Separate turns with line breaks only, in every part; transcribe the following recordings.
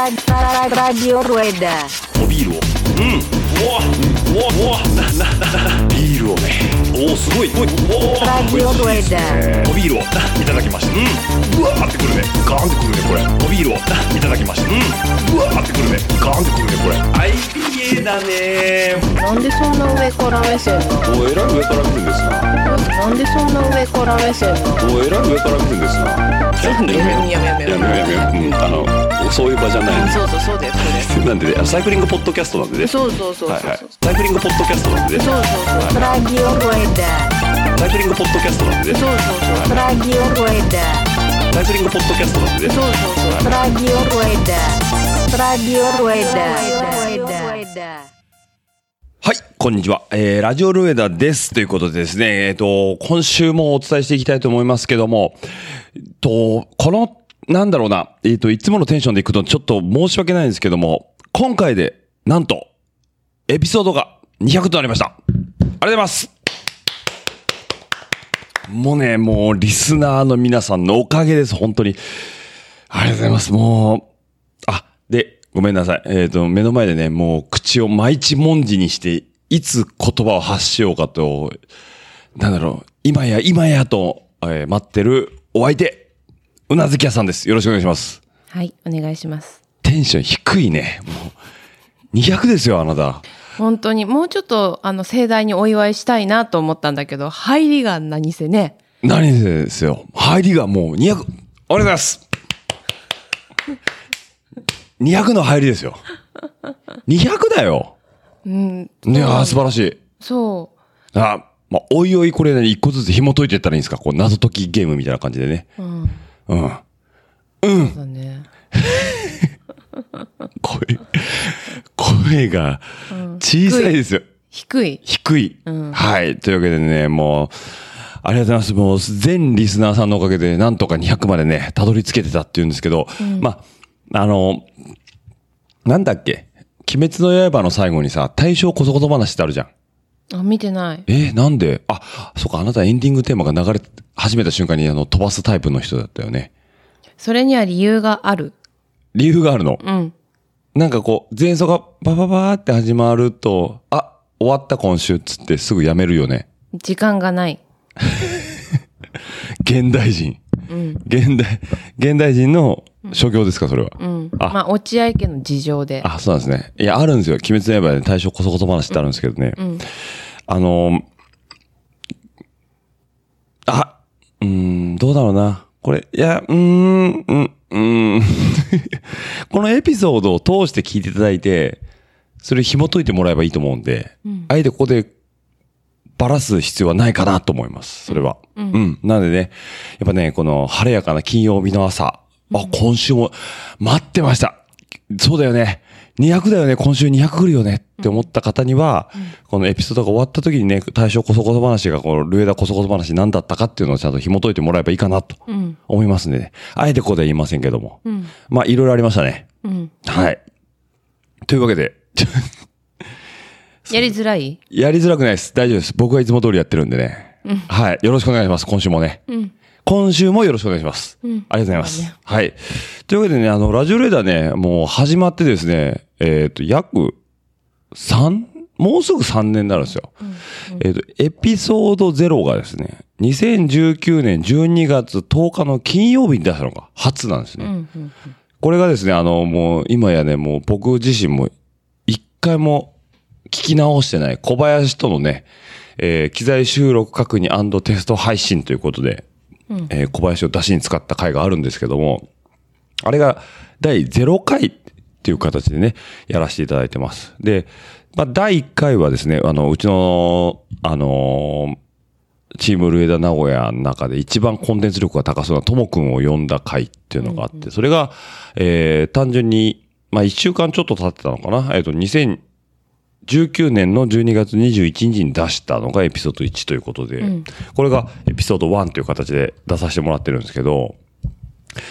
Radio Rueda.
おビールを
うんうわうわうわなななな
ビールをね
おおすごいおおお
Radio Rueda.
おビールをないただきましたうんうわーってくるねガーンってくるねこれおビールをないただきましたうんうわーってくるねガーンってくるねこれ
IPA だね
なんでそんな上から目線なの
おえらい上から来るんですな
なんでそんな上から目線なの
おえらい上から来るんですなちょっとねやめよう
やめようやめよう
やめようやめよううんあのそういう場じゃないで
そうそうそうだよそ
すなんでねあのサイクリングポッドキャストなんでね
れそうそうそうそう
はい
そう
はいサイクリングポッドキャストなんでね
そうそうそう
Radio Rueda.
サイクリングポッドキャストなんでね
そうそうそう
Radio Rueda.
サイクリングポッドキャストなんでね
そうそうそう
Radio Rueda. Radio Rueda. Radio Rueda.
はい、こんにちは。えー、ラジオルエダです。ということでですね、えっ、と、今週もお伝えしていきたいと思いますけども、えっと、この、なんだろうな、えっ、と、いつものテンションでいくとちょっと申し訳ないんですけども、今回で、なんと、エピソードが200となりました。ありがとうございます。もうね、もう、リスナーの皆さんのおかげです、本当に。ありがとうございます。もう、あ、で、ごめんなさい。えっ、と、目の前でね、もう口を毎日文字にして、いつ言葉を発しようかと、なんだろう、今や今やと、えー待ってるお相手、うなずき屋さんです。よろしくお願いします。
はい、お願いします。
テンション低いね。もう、200ですよ、あなた。
本当に、もうちょっと、あの、盛大にお祝いしたいなと思ったんだけど、入りが何せね。
何せですよ。入りがもう200、ありがとうございます。200の入りですよ。200だよ。
うん、
ねあー素晴らしい。
そう。
あ、まあ、おいおいこれね、一個ずつ紐解いていったらいいんですかこう、謎解きゲームみたいな感じでね。
う
う
ん、
ん。
そうだね。
声、声が小さいですよ。
低い。
低い。
うん
はい。というわけでね、もう、ありがとうございます。もう、全リスナーさんのおかげで、なんとか200までね、たどり着けてたっていうんですけど、まあ、あの、なんだっけ鬼滅の刃の最後にさ、対象こそこそ話ってあるじゃん。
あ、見てない。
えーなんであ、そうか、あなたエンディングテーマが流れ始めた瞬間にあの飛ばすタイプの人だったよね。
それには理由がある。
理由があるの。
うん。
なんかこう、前奏がバババーって始まると、あ、終わった今週っつってすぐやめるよね。
時間がない。
現代人。現代、現代人の所業ですか、それは。
うん。
あ
まあ、落合家の事情で。
あ、そうなんですね。いや、あるんですよ。鬼滅の刃で対象こそこそ話ってあるんですけどね。
ん
あのー、あ、うーん、どうだろうな。これ、いや、うーん、うん、うーん。 このエピソードを通して聞いていただいて、それ紐解いてもらえばいいと思うんで、あえてここでばらす必要はないかなと思います。それは。うん。なのでね、やっぱね、この晴れやかな金曜日の朝。あ、今週も待ってました。そうだよね。200だよね。今週200来るよね。って思った方には、このエピソードが終わった時にね、対象こそこそ話が、このルエダこそこそ話何だったかっていうのをちゃんと紐解いてもらえばいいかなと
うん。
思いますんでね。あえてここでは言いませんけども。
うん。
まあ、いろいろありましたね。
うん。
はい。というわけで、ちょ
やりづらい
やりづらくないです。大丈夫です。僕はいつも通りやってるんでね。はい。よろしくお願いします。今週もね。
うん。
今週もよろしくお願いします。
うん
ありがとうございます。はい。というわけでね、あの、ラジオレーダーね、もう始まってですね、えっ、と、約3、もうすぐ3年になるんですよ。えっ、と、エピソード0がですね、2019年12月10日の金曜日に出したのが初なんですね。
うん。うん。
これがですね、あの、もう、今やね、もう僕自身も、一回も聞き直してない小林とのね、えー機材収録確認テスト配信ということで、えー小林を出しに使った回があるんですけども、あれが第0回っていう形でね、やらせていただいてます。で、まあ、第1回はですね、あの、うちの、あのーチームルエダ名古屋の中で一番コンテンツ力が高そうなともくんを呼んだ回っていうのがあって、それが、えー単純に、まあ、1週間ちょっと経ってたのかな。えっ、と、2019年の12月21日に出したのがエピソード1ということで、これがエピソード1という形で出させてもらってるんですけど、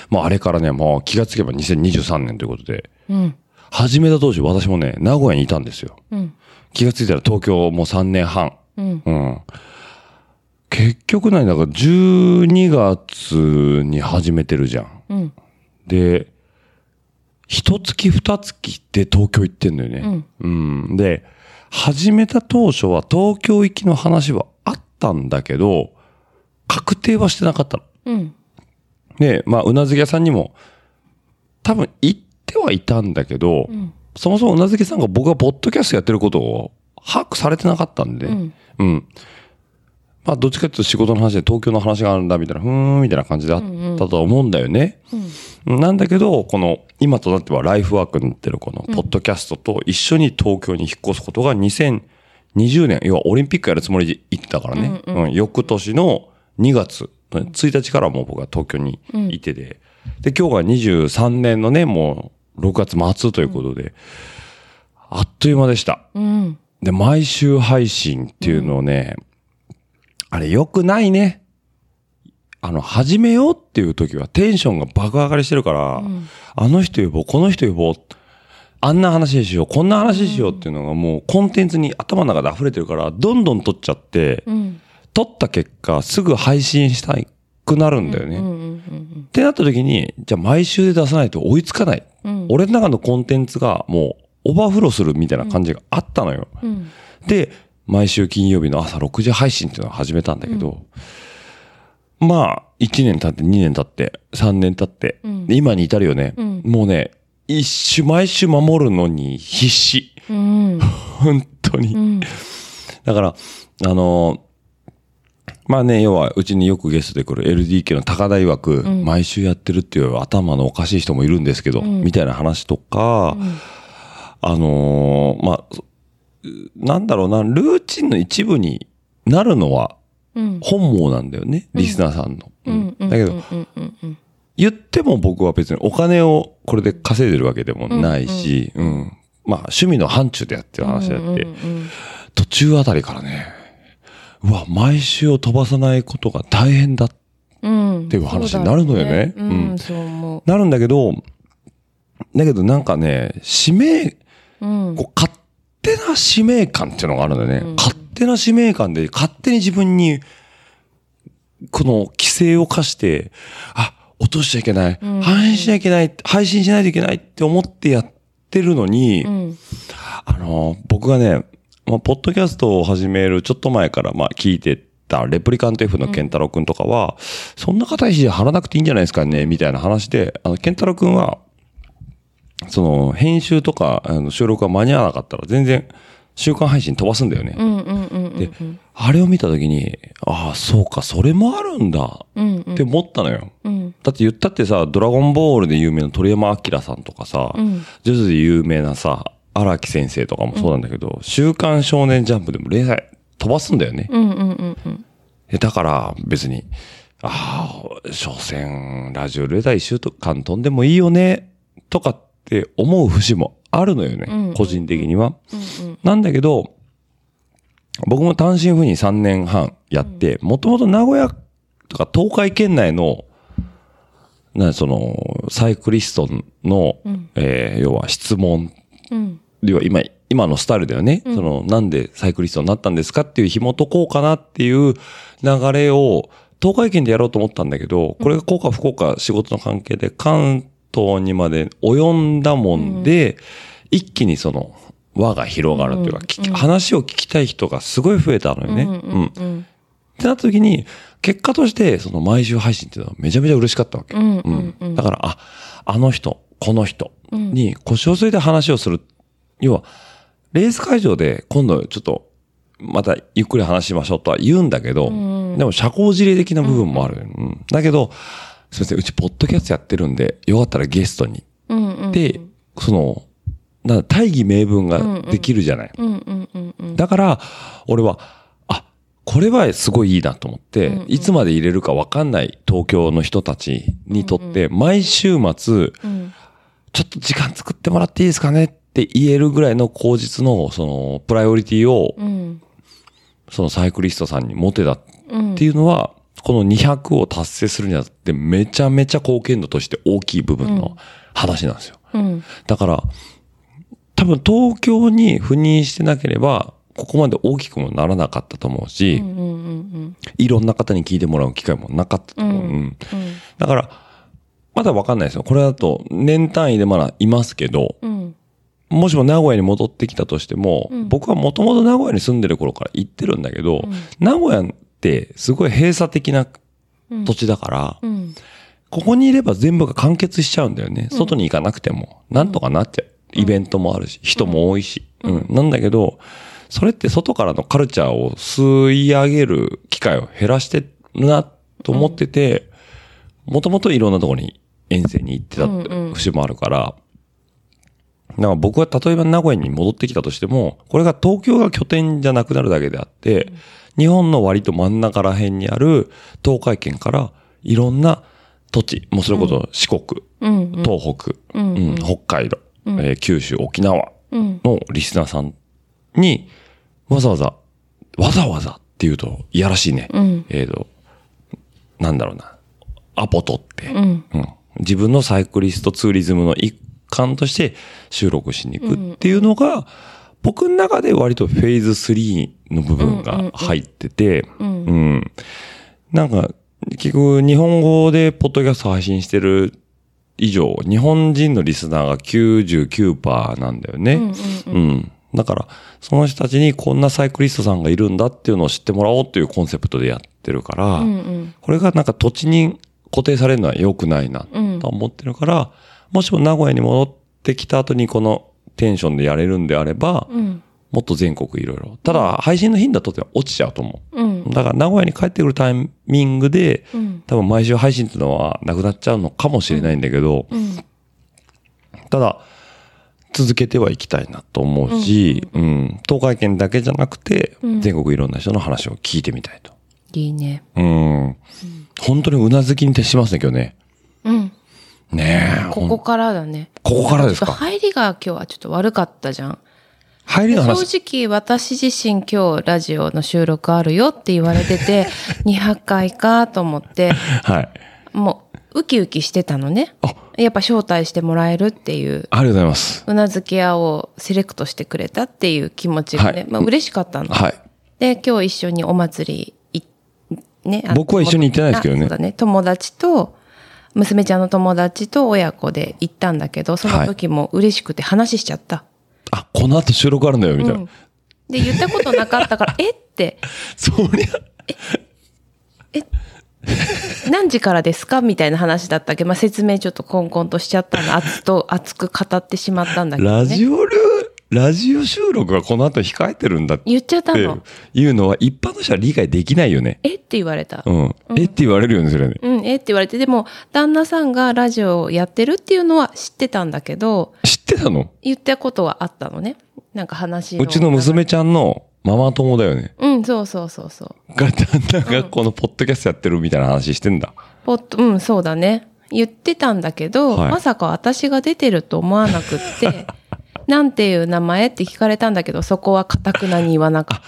まあ、あれからね、もう気がつけば2023年ということで、
うん。
始めた当時私もね、名古屋にいたんですよ。
うん。
気がついたら東京もう3年半。
うん。
うん。結局何だから12月に始めてるじゃん。
うん。
で、一月二月で東京行ってんだよね。うん。で、始めた当初は東京行きの話はあったんだけど、確定はしてなかったの。
うん。
で、まあ、うなずき屋さんにも、多分行ってはいたんだけど、そもそもうなずき屋さんが僕がポッドキャストやってることを把握されてなかったんで、うん。まあ、どっちかっていうと仕事の話で東京の話があるんだ、みたいな、ふーん、みたいな感じだったとは思うんだよね。なんだけど、この、今となってはライフワークになってるこの、ポッドキャストと一緒に東京に引っ越すことが2020年、要はオリンピックやるつもりで行ってたからね。うん翌年の2月、1日からもう僕は東京にいてで、で、今日が23年のね、もう6月末ということで、あっという間でした。
うん。
で、毎週配信っていうのをね、あれ良くないね。あの、始めようっていう時はテンションが爆上がりしてるから、あの人呼ぼう、この人呼ぼう、あんな話にしよう、こんな話にしようっていうのがもうコンテンツに頭の中で溢れてるから、どんどん撮っちゃって、
うん。
撮った結果すぐ配信したくなるんだよね。
うん。うん。
ってなった時に、じゃあ毎週で出さないと追いつかない。
うん。
俺の中のコンテンツがもうオーバーフローするみたいな感じがあったのよ。
うん。
で、毎週金曜日の朝6時配信っていうのを始めたんだけど、まあ、1年経って、2年経って、3年経って、
うん
で今に至るよね。
うん
もうね、一週、毎週守るのに必死。
うん。
本当に。
うん。
だから、あのーまあね、要は、うちによくゲストで来る LDK の高田曰く、
ん
毎週やってるっていう頭のおかしい人もいるんですけど、
ん
みたいな話とか、あのーまあ、そなんだろうな、ルーチンの一部になるのは
うん。
本望なんだよね、リスナーさんの。
うん。
うんだけど、
うん。うん。うん。
言っても僕は別にお金をこれで稼いでるわけでもないし、うんまあ趣味の範疇でやってる話であって、途中あたりからね、うわ、毎週を飛ばさないことが大変だ。
うん。
っていう話になるのよね
そうだ
う
うんん。そう思
なるんだけど、だけどなんかね、使命、
う。うん。
こう勝手な使命感っていうのがあるんだよね。
うん
勝手な使命感で、勝手に自分に、この規制を課して、あ、落としちゃいけない、
ん
配信しちゃいけない、配信しないといけないって思ってやってるのに、
うん。
あの、僕がね、まあ、ポッドキャストを始めるちょっと前から、まあ、聞いてた、レプリカント F のケンタロウくんとかは、そんな硬い肘張らなくていいんじゃないですかね、みたいな話で、あの、ケンタロウくんは、その、編集とか、あの収録が間に合わなかったら、全然、週間配信飛ばすんだよね。
うん。うん。うん。
で、あれを見たときに、ああ、そうか、それもあるんだ、
うん。うん
って思ったのよ。
うん。
だって言ったってさ、ドラゴンボールで有名な鳥山明さんとかさ、
ん
ジョジョで有名なさ、荒木先生とかもそうなんだけど、週刊少年ジャンプでも連載飛ばすんだよね。
うん。うん。うん。うん。
えだから別に、ああ、所詮ラジオレーダー一週間飛んでもいいよね、とかって思う節もあるのよね、
うん
個人的には。
うん。
なんだけど、僕も単身赴任3年半やって、もともと名古屋とか東海圏内の、な、その、サイクリストの、
ん
えー要は質問、
うん。
要は今、今のスタイルだよね。
ん
その、なんでサイクリストになったんですかっていう紐解こうかなっていう流れを、東海圏でやろうと思ったんだけど、これが効果不効果仕事の関係で関東にまで及んだもんで、一気にその、輪が広がるというか、聞き話を聞きたい人がすごい増えたのよね。うん。っ
うん。
てなった時に、結果として、その毎週配信っていうのはめちゃめちゃ嬉しかったわけ。
うん。う。
うん
うん
ん。だから、あ、あの人、この人
うん
に腰を据えて話をする。要は、レース会場で今度ちょっと、またゆっくり話しましょうとは言うんだけど、
ん
でも社交辞令的な部分もある。うんだけど、すいません、うちポッドキャストやってるんで、よかったらゲストに。
うん。うん。
で、その、なんだ大義名分ができるじゃない。
うん。うん。うん。うん。
だから、俺は、あ、これはすごいいいなと思って、いつまで入れるかわかんない東京の人たちにとって、毎週末、
うん。
ちょっと時間作ってもらっていいですかねって言えるぐらいの口実の、その、プライオリティを、
うん。
そのサイクリストさんに持てたっ
うん。
ていうのは、この200を達成するにあたって、めちゃめちゃ貢献度として大きい部分の話なんですよ。
うん。
だから、多分東京に赴任してなければ、ここまで大きくもならなかったと思うし、
うん。うん。うん。
いろんな方に聞いてもらう機会もなかったと思う。
うん
うんだから、まだわかんないですよ。これだと、年単位でまだいますけど、
うん。
もしも名古屋に戻ってきたとしても、
うん
僕はもともと名古屋に住んでる頃から行ってるんだけど、名古屋ってすごい閉鎖的な
うん
土地だから、
うん。
ここにいれば全部が完結しちゃうんだよね。外に行かなくても、なんとかなっちゃう。イベントもあるし、人も多いし。うん。なんだけど、それって外からのカルチャーを吸い上げる機会を減らしてるなと思ってて、もともといろんなところに遠征に行ってたって
うんうん
節もあるから、だから僕は例えば名古屋に戻ってきたとしても、これが東京が拠点じゃなくなるだけであって、日本の割と真ん中ら辺にある東海圏からいろんな土地、もうそれこそ四国、
うん。うん。
東北、
うん
うん北海道、えー九州、沖縄
うん。
のリスナーさんに、わざわざ、わざわざっていうと、いやらしいね。
うん
えーと、なんだろうな。アポ取って、
うん。
うん自分のサイクリストツーリズムの一環として収録しに行くっていうのが、僕の中で割とフェーズ3の部分が入ってて、
うん
うんなんか、結局日本語でポッドキャスト配信してる以上、日本人のリスナーが99%なんだよね。うん。だから、その人たちにこんなサイクリストさんがいるんだっていうのを知ってもらおうっていうコンセプトでやってるから、
うん。
これがなんか土地に固定されるのは良くないな
うん
と思ってるから、もしも名古屋に戻ってきた後にこのテンションでやれるんであれば、
うん。
もっと全国いろいろ。ただ、配信の頻度はとっては落ちちゃうと思う。
うん。
だから名古屋に帰ってくるタイミングで、
うん。
多分毎週配信っていうのはなくなっちゃうのかもしれないんだけど、
うん。
ただ、続けてはいきたいなと思うし、うん、東海圏だけじゃなくて、全国いろんな人の話を聞いてみたいと。
いいね。
うん。本当にうなずきに徹しますね、今日ね。
うん。
ねえ。
こ
ほん
こからだね。
ここからです
ちょっ
か。
と入りが今日はちょっと悪かったじゃん。
入りの話。
正直私自身今日ラジオの収録あるよって言われて て、200回かと思って、
はい。
もうウキウキしてたのね
あ。
やっぱ招待してもらえるっていう、
ありがとうございます。
うなずき屋をセレクトしてくれたっていう気持ちがね、
はい
まあ嬉しかったの。
はい。
で、今日一緒にお祭りい、ね。あの
僕は一緒に行ってないですけどね
あそうだね。友達と、娘ちゃんの友達と親子で行ったんだけど、その時も嬉しくて話しちゃった。
あ、この後収録あるんだよ、みたいな。
うんで、言ったことなかった から、えって、
そりゃ、
何時からですかみたいな話だったけど、まあ、説明ちょっとコンコンとしちゃっ たの、熱と、熱く語ってしまったんだけど、ね。
ラジオル、ラジオ収録がこの後控えてるんだって
言っちゃったの。
いうのは一般の人は理解できないよね。
えって言われた。
うん。えって言われるよね、それね。
うん、えって言われて、でも、旦那さんがラジオをやってるっていうのは知ってたんだけど、
知ってたの
言ったことはあったのね。なんか話
うちの。娘ちゃんのママ友だよね。
うん、そうそうそうそう。
が、旦那がこのポッドキャストやってるみたいな話してんだ。
ポッと、うん、そうだね。言ってたんだけど、
はい
まさか私が出てると思わなくって、 なんていう名前って聞かれたんだけど、そこはかくなに言わな かっ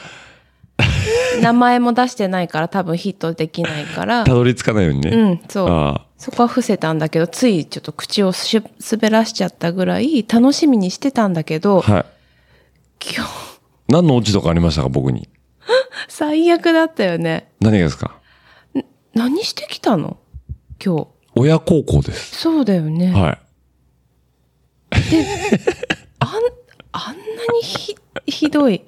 た。名前も出してないから多分ヒットできないから
た、どり着かないようにね。
うん、そう。
あ
そこは伏せたんだけど、ついちょっと口をしゅ滑らしちゃったぐらい楽しみにしてたんだけ
あ。
ど、
はい。
今日、
何のオチとかありましたか、僕に。
最悪だったよね。
何がですか
何してきたの今日。
親孝行です。
そうだよね。
はい。
あん、あんなにひ、ひどい。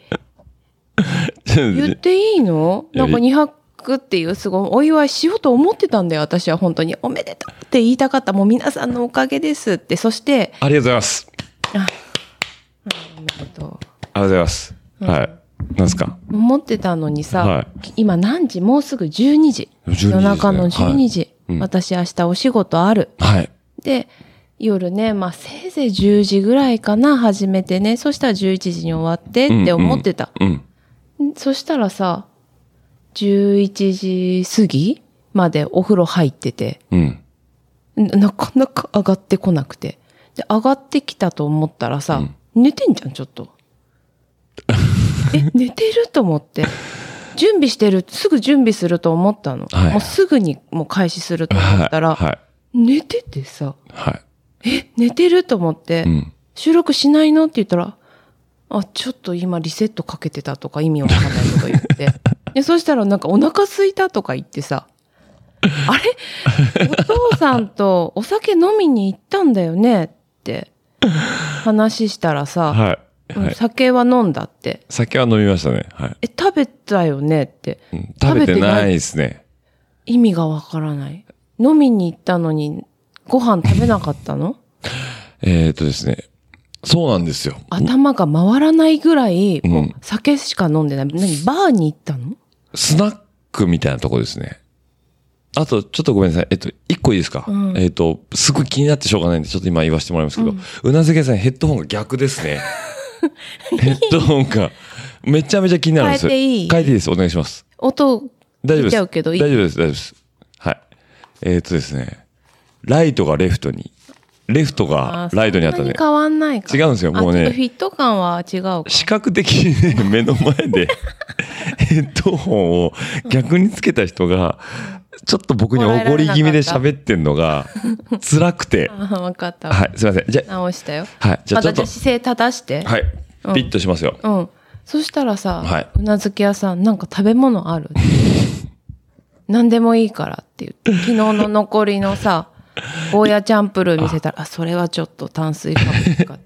言っていいの
いや
なんか200っていうすごいお祝いしようと思ってたんだよ、私は本当に。おめでとうって言いたかった。もう皆さんのおかげですって。そして、
ありがとうございます。
おめで
あり
と
がとうございます。はい。なんすか
う思ってたのにさ、
はい
今何時もうすぐ12時。
12時ですね
夜中の12時。
はいうん
私明日お仕事ある。
はい。
で、夜ね、まあせいぜい10時ぐらいかな、始めてね。そしたら11時に終わってって思ってた。
うん。
そしたらさ、11時過ぎまでお風呂入ってて、
うん。
ななかなか上がってこなくて。で、上がってきたと思ったらさ、寝てんじゃん、ちょっと。え、寝てると思って。準備してる、すぐ準備すると思ったの。
はい
もうすぐにもう開始すると思
は
っ
い。
たら、
はい。
寝ててさ、
は
え、寝てると思って、
い。うん。
収録しないのって言ったら、あ、ちょっと今リセットかけてたとか意味わかんないこと言って。で、そしたらなんかお腹空いたとか言ってさ、あれ お父さんとお酒飲みに行ったんだよねって話したらさ、
はい。
うん
はい。
酒は飲んだって。
酒は飲みましたね。はい。
え、食べたよねって。
うん食べてない
い
ですね。
意味がわからない。飲みに行ったのに、ご飯食べなかったの
えーっとですね。そうなんですよ。
頭が回らないぐらい、
ん
もう酒しか飲んでない。何バーに行ったの
スナックみたいなとこですね。あと、ちょっとごめんなさい。えっと、一個いいですか、
ん
えっと、すごい気になってしょうがないんで、ちょっと今言わせてもらいますけど、うなずけさんヘッドホンが逆です ね。ヘッドホンが、めちゃめちゃ気になるんですよ。
変えていい
変えていいです。お願いします。
音、
大丈夫で
聞い
す。
ちゃうけどい
大
い
丈夫です、大丈夫です。はい。えっとですね、ライトがレフトに、レフトがライトにあったんで
そんなに、変わんないか。
違うんですよもうね
あちょっとフィット感は違うか。
視覚的にね、 目の前 でヘッドホンを逆につけた人が、ちょっと僕におごり気味で喋ってんのが、辛くて。
あ わかった。
はい、すいません。じゃ
直したよ。
はいじゃあ
ま
ちょったと
じゃあ姿勢正して。
あ、はい、
うん
ピッとしますよ。
うん。そしたらさ、
はいう、
なずき屋さん、なんか食べ物ある何でもいいからって言って、昨日の残りのさ、ゴーヤチャンプルー見せたら、あ、それはちょっと炭水化物か。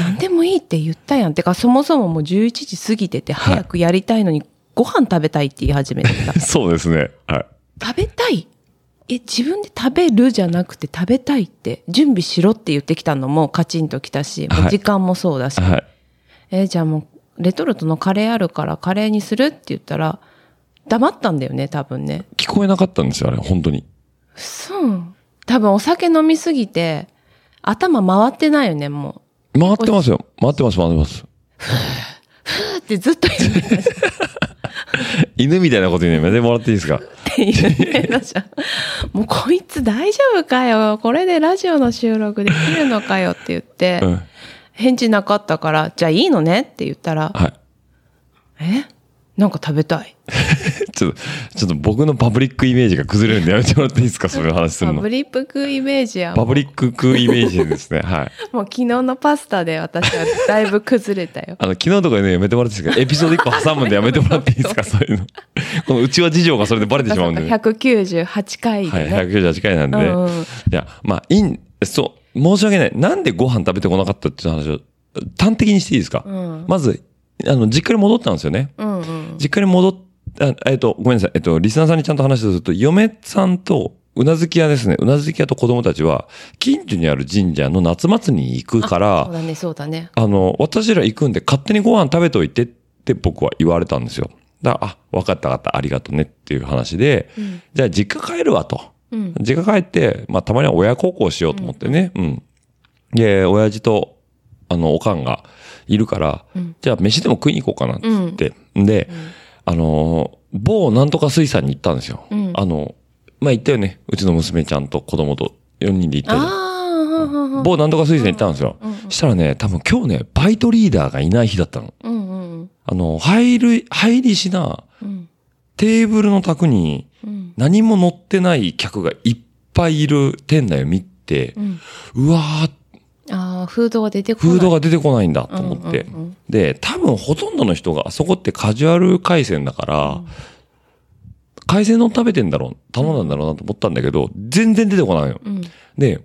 何でもいいって言ったやん。てか、そもそももう11時過ぎてて、早くやりたいのに、ご飯食べたいって言い始めてさ
そうですね。はい。
食べたいえ、自分で食べるじゃなくて食べたいって、準備しろって言ってきたのもカチンときたし、もう時間もそうだし、
はい。
えーじゃあもう、レトルトのカレーあるからカレーにするって言ったら、黙ったんだよね、多分ね。
聞こえなかったんですよ、あれ、本当に。
そう。多分お酒飲みすぎて、頭回ってないよね、も
回ってますよ。回ってます、回ってます。
う。ふーってずっと言ってたし
犬みたいなこと言うのやめてもらっていいですか
って言ってたじゃん。 もうこいつ大丈夫かよ。これでラジオの収録できるのかよって言って、
うん。
返事なかったから、じゃあいいのねって言ったら、
はい。
えなんか食べたい。
ちょっと、ちょっと僕のパブリックイメージが崩れるんでやめてもらっていいですかそういう話す
パ
るの
ブ。リックイメージや。
パブリッククイメージですね。はい。
もう昨日のパスタで私はだいぶ崩れたよ。
あの、昨日とかね、やめてもらっていいですかエピソード1個挟むんでやめてもらっていいですか そういうの。このうちは事情 がそれでバレてしまうんで、ね。はい、
198回でね。
198回なんで。
うんうん
いや、まあ、いん、そう、申し訳ない。なんでご飯食べてこなかったっていう話を、端的にしていいですか、
ん
まず、あの、実家に戻ったんですよね。
うんうん。
実家に戻っ、あえっと、ごめんなさい。えっと、リスナーさんにちゃんと話をすると、嫁さんと、うなずき屋ですね。うなずき屋と子供たちは、近所にある神社の夏祭りに行くから、
そうだね、そうだね。
あの、私ら行くんで勝手にご飯食べといてって僕は言われたんですよ。だから、あ、分かった分かった、ありがとうねっていう話で、じゃあ実家帰るわと。
うん。
実家帰って、まあたまには親孝行しようと思ってね。うん。で、親父と、あの、おかんがいるから、じゃあ飯でも食いに行こうかなっつって。で、あのー、某なんとか水産に行ったんですよ。
ん
あの、まあ行ったよね。うちの娘ちゃんと子供と4人で行った
ああ
じゃん、
はんはんはん
某なんとか水産行ったんですよ。したらね、多分今日ね、バイトリーダーがいない日だったの。
うんうん
あの、入る、入りしな、
うん。
テーブルの卓に
うん
何も乗ってない客がいっぱいいる店内を見て
う、ん。
うわー、
ああ、フードが出てこない。
フードが出てこないんだと思って
うんうんうん。
で、多分ほとんどの人が、あそこってカジュアル回線だから、海鮮丼食べてんだろう、頼んだんだろうなと思ったんだけど、全然出てこないの。
うん
で、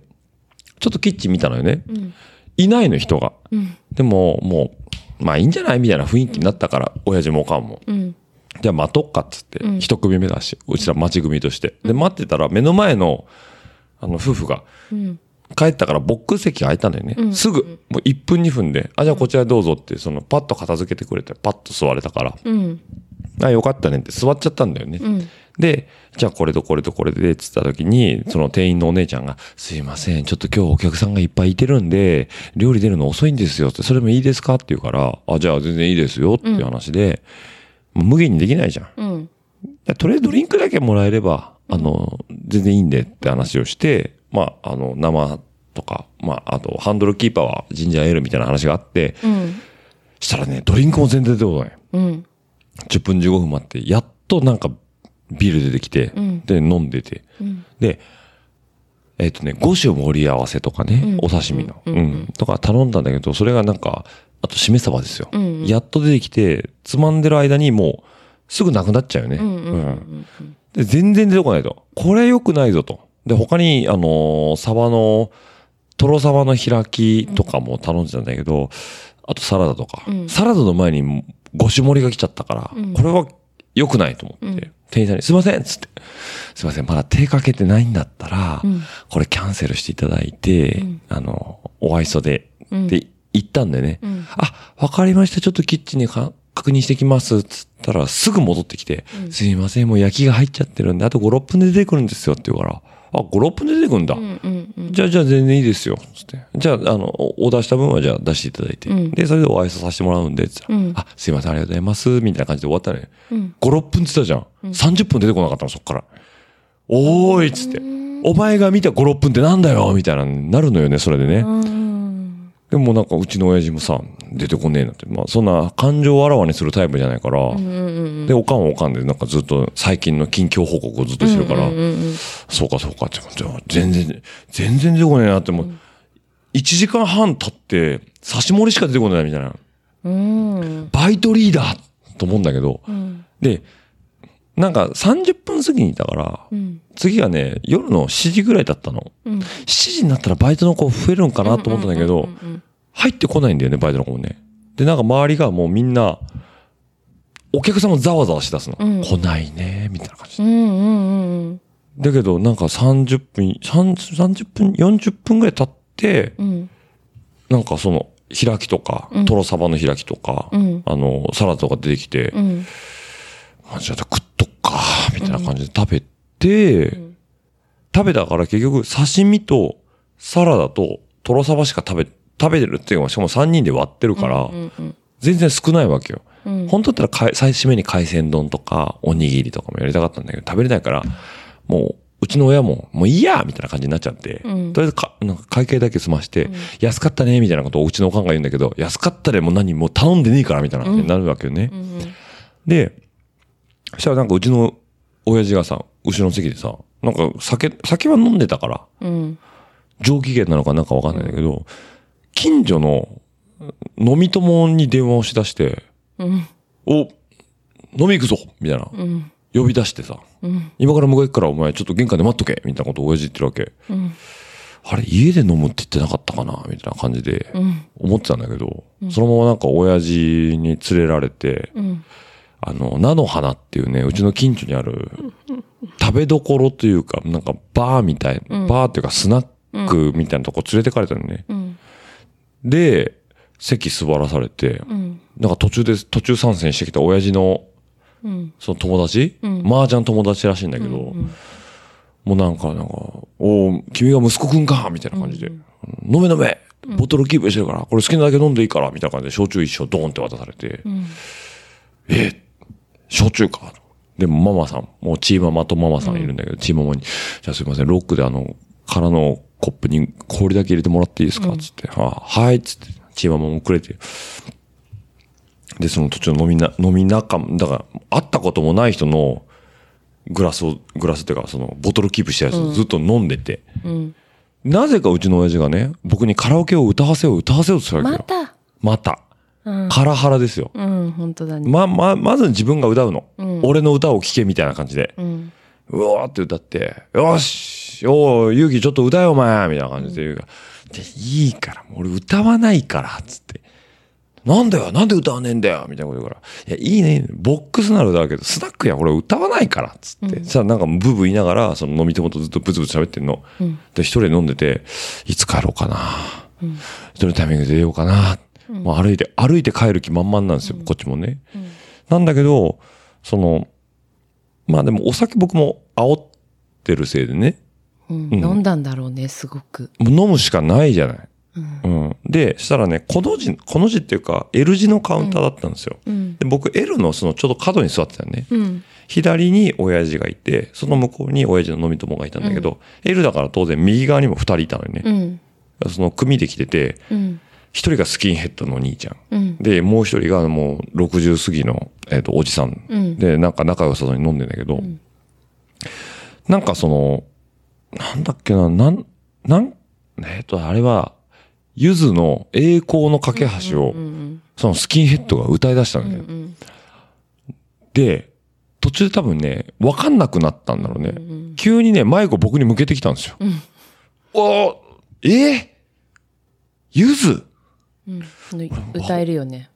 ちょっとキッチン見たのよね。
うん
いないの人が。
うん
でも、もう、まあいいんじゃないみたいな雰囲気になったから、親父もおかんも。
うん
じゃあ待とっかっつって
うん、
一組目だし、うちら待ち組として。で、待ってたら、目の前の、あの、夫婦が、
うん
帰ったからボックス席が空いたんだよね。
ん
すぐ、もう1分2分で、あ、じゃあこちらへどうぞって、その、パッと片付けてくれて、パッと座れたから、
うん
あ、よかったねって座っちゃったんだよね。
うん
で、じゃあこれとこれとこれで、つった時に、その店員のお姉ちゃんが、すいません、ちょっと今日お客さんがいっぱいいてるんで、料理出るの遅いんですよって、それもいいですかって言うから、あ、じゃあ全然いいですよっていう話で、無限にできないじゃん。
うん
でとりあえずドリンクだけもらえれば、あの、全然いいんでって話をして、まあ、あの、生とか、まあ、あと、ハンドルキーパーはジンジャーエールみたいな話があって、
うん
したらね、ドリンクも全然出てこない。
うん
10分15分待って、やっとなんかビール出てきて、
ん
で、飲んでて。で、えっ、とね、五種盛り合わせとかね、お刺身の、うんとか頼んだんだけど、それがなんか、あとしめ鯖ですよ、
ん
やっと出てきて、つまんでる間にもう、すぐなくなっちゃうよね。うんで、全然出てこないと。これ良くないぞと。で、他に、あのーサバの、トロサバの開きとかも頼んでたんだけど、あとサラダとか。
うん
サラダの前にごし盛りが来ちゃったから、
うん
これは良くないと思って、
うん
店員さんに、すいませんっつって、すいません、まだ手かけてないんだったら、
うん
これキャンセルしていただいて、
ん
あの、お愛想で、
うん
って言ったんでね、
うん
あ、わかりました。ちょっとキッチンにか確認してきます。つったら、すぐ戻ってきて、すいません、もう焼きが入っちゃってるんで、あと5、6分で出てくるんですよって言うから、あ、5、6分で出てくるんだ。
うんうんうん
じゃあ、じゃあ全然いいですよ。つって。じゃあ、あの、おオーダーした分はじゃあ出していただいて。
うん
で、それでお愛想させてもらうんで、つったら、
うん
あ、すいません、ありがとうございます。みたいな感じで終わったね。
うん
5、6分って言ったじゃん。30分出てこなかったの、そっから。おーいっつって。お前が見た5、6分ってなんだよみたいな、なるのよね、それでね。
うん
でもなんかうちの親父もさ、出てこねえなって。まあそんな感情をあらわにするタイプじゃないから、で、おかんはおかんでなんかずっと最近の近況報告をずっとしてるから、そうかそうかって、じゃあ全然、全然出てこねえなって、もう、1時間半経って、差し盛りしか出てこないみたいな。
うん
バイトリーダーと思うんだけど、で、なんか30分過ぎにいたから、
うん
次がね、夜の7時ぐらいだったの。
うん
7時になったらバイトの子増えるんかなと思ったんだけど、入ってこないんだよね、バイトの子もね。で、なんか周りがもうみんな、お客さんもざわざわしだすの。
うん
来ないね、みたいな感じ
う。んうん
だけど、なんか30分、30 30分、40分ぐらい経って、
うん
なんかその、開きとか
うん、
トロサバの開きとか、
うん
あの、サラダとか出てきて、
うん
あじゃあ食っとくか、みたいな感じで食べて、
ん
食べたから結局刺身とサラダとトロサバしか食べ、食べてるっていうのはしかも3人で割ってるから、
うんうん
全然少ないわけよ。
うん
本当だったらかい、最初めに海鮮丼とか、おにぎりとかもやりたかったんだけど、食べれないから、もう、うちの親も、もういいやみたいな感じになっちゃって、
うん
とりあえずか、なんか会計だけ済まして、安かったねみたいなことをうちのおかんが言うんだけど、安かったでもう何もう頼んでねえからみたいな感じになるわけよね。で、そしたらなんかうちの親父がさ、後ろの席でさ、なんか酒、酒は飲んでたから、
うん
上機嫌なのかなんかわかんないんだけど、近所の飲み友に電話をしだして、
ん
お、飲み行くぞみたいな、呼び出してさ、今から向こう行くからお前ちょっと玄関で待っとけみたいなことを親父言ってるわけ。あれ、家で飲むって言ってなかったかなみたいな感じで、思ってたんだけど、そのままなんか親父に連れられて、あの、菜の花っていうね、うちの近所にある、食べどころというか、なんかバーみたいな、バーっていうかスナックみたいなとこ連れてかれたのね。
ん
で、席座らされて、なんか途中で、途中参戦してきた親父の、
ん
その友達、麻雀友達らしいんだけど、もうなんか、なんか、おー君が息子くんかみたいな感じで、飲め飲めボトルキープしてるから、これ好きなだけ飲んでいいからみたいな感じで、焼酎一升ドーンって渡されて、え焼酎か。でもママさん、もうチーママとママさんいるんだけど、チーママに、じゃあすいません、ロックであの、空のコップに氷だけ入れてもらっていいですかつって、あはい、つって、チーママもくれて。で、その途中飲みな、飲み仲間、だから、会ったこともない人のグラスを、グラスっていうか、その、ボトルキープしたやつをずっと飲んでて、なぜかうちの親父がね、僕にカラオケを歌わせよう、歌わせようとするわけ
ま
よ。
た
また。カラハラですよ。
うん本当だね
ま、ま、まず自分が歌うの。俺の歌を聴けみたいな感じで。
うん
うわーって歌って、よしおー、ゆうきちょっと歌えよ、お前みたいな感じで言うから、でいいから、もう俺歌わないから、つって。なんだよなんで歌わねえんだよみたいなこと言うから。いや、いいね、いいねボックスなら歌うけど、スナックや、俺歌わないから、つって。さあ、なんかブーブー言いながら、その飲み友とずっとブツブツ喋ってんの。で、一人で飲んでて、いつ帰ろうかな。どのタイミングで出ようかな。もう歩いて、歩いて帰る気満々なんですよ、こっちもね。なんだけど、その、まあでもお酒僕も煽ってるせいでね、
うん
うん
飲んだんだろうねすごく
もう飲むしかないじゃない。うん。で、したらね、この字、この字っていうか、L 字のカウンターだったんですよ。
うん
で、僕 L のそのちょうど角に座ってたのね。
うん
左に親父がいて、その向こうに親父の飲み友がいたんだけど、L だから当然右側にも二人いたのよね。
うん
その組で来てて、
うん
一人がスキンヘッドのお兄ちゃん。
うん
で、もう一人がもう60過ぎの、えっ、と、おじさん。
うん
で、なんか仲良さそうに飲んでんだけど、なんかその、なんだっけな、なん、なん、えっ、と、あれは、ゆずの栄光の架け橋を、
うん
そのスキンヘッドが歌い出したんだよ。で、途中で多分ね、わかんなくなったんだろうね。急にね、迷子僕に向けてきたんですよ。おーえーゆず
歌えるよね。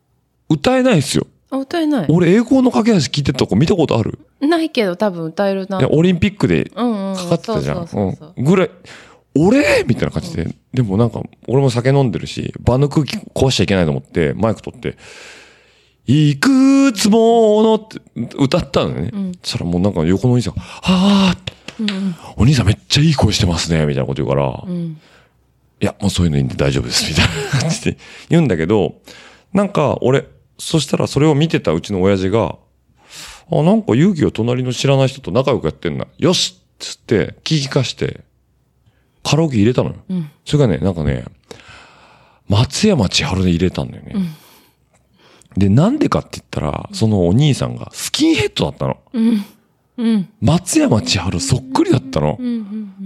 歌えないですよ。
あ、歌えない。
俺、英語の駆け足聞いてたとこ見たことある
ないけど多分歌えるな。
いやオリンピックで
うんうん。
かかってたじゃん。
そうそうそうそう
うんぐらい、俺みたいな感じで。でもなんか、俺も酒飲んでるし、場の空気壊しちゃいけないと思って、マイク取って、いくつものって歌ったのね。そしたらもうなんか横のお兄さんが、はあ、お兄さんめっちゃいい声してますね、みたいなこと言うから、いや、もうそういうのいいんで大丈夫です、みたいな感じで言うんだけど、なんか俺、そしたらそれを見てたうちの親父が、あ、なんか遊戯を隣の知らない人と仲良くやってんな。よしっつって、聞き化して、カラオケ入れたのよ。それがね、なんかね、松山千春で入れたんだよね。で、なんでかって言ったら、そのお兄さんがスキンヘッドだったの。松山千春そっくりだったの。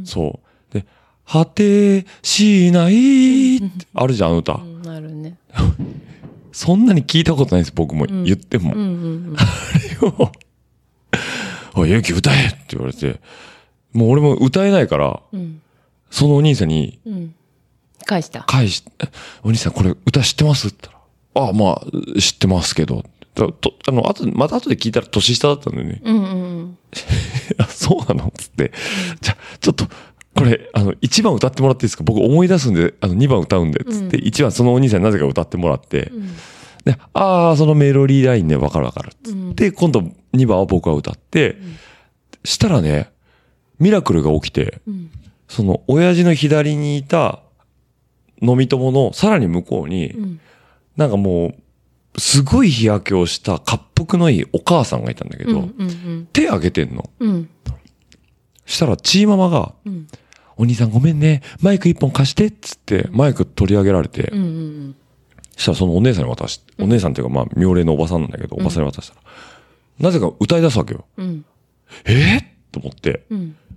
そう。で、果てしないってあるじゃん、あの歌。
うんなるね。
そんなに聞いたことないです、僕も。言っても。あれを、おい、ゆうき歌えって言われて、もう俺も歌えないから、そのお兄さんに
返した。
返し、えお兄さんこれ歌知ってますって言ったら、ああ、まあ、知ってますけど。だとあの、あと、また後で聞いたら年下だったんだよね。
うんうん
あそうなのつって。じゃ、ちょっと、これ、あの、1番歌ってもらっていいですか僕思い出すんで、あの、2番歌うんで、つって、1番そのお兄さんになぜか歌ってもらって、で、ああ、そのメロディーラインね、わかるわかる。つって、今度2番は僕は歌って、したらね、ミラクルが起きて、その、親父の左にいた、飲み友のさらに向こうに、なんかもう、すごい日焼けをした、滑覆のいいお母さんがいたんだけど、手あげてんの。したら、チーママが、お兄さんごめんね、マイク一本貸して、っつって、マイク取り上げられて、したらそのお姉さんに渡し、お姉さんっていうかまあ、妙齢のおばさんなんだけど、おばさんに渡したら、なぜか歌い出すわけよ。えーと思って、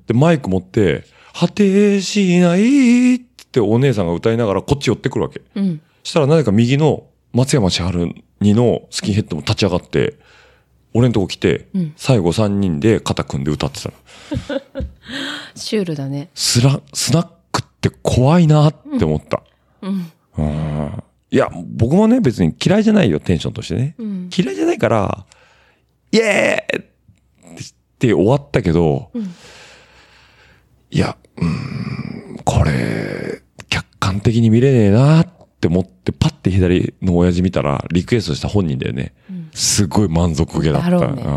で、マイク持って、果てしないっつってお姉さんが歌いながらこっち寄ってくるわけ。
ん
したらなぜか右の松山千春にのスキンヘッドも立ち上がって、俺んとこ来て、最後3人で肩組んで歌ってたの。
シュールだね。
スラ、スナックって怖いなって思った。うんいや、僕もね、別に嫌いじゃないよ、テンションとしてね。嫌いじゃないから、イエーイって終わったけど、いや、うーん、これ、客観的に見れねえなって思って、パッて左の親父見たら、リクエストした本人だよね。すごい満足げだった。
だろうね
う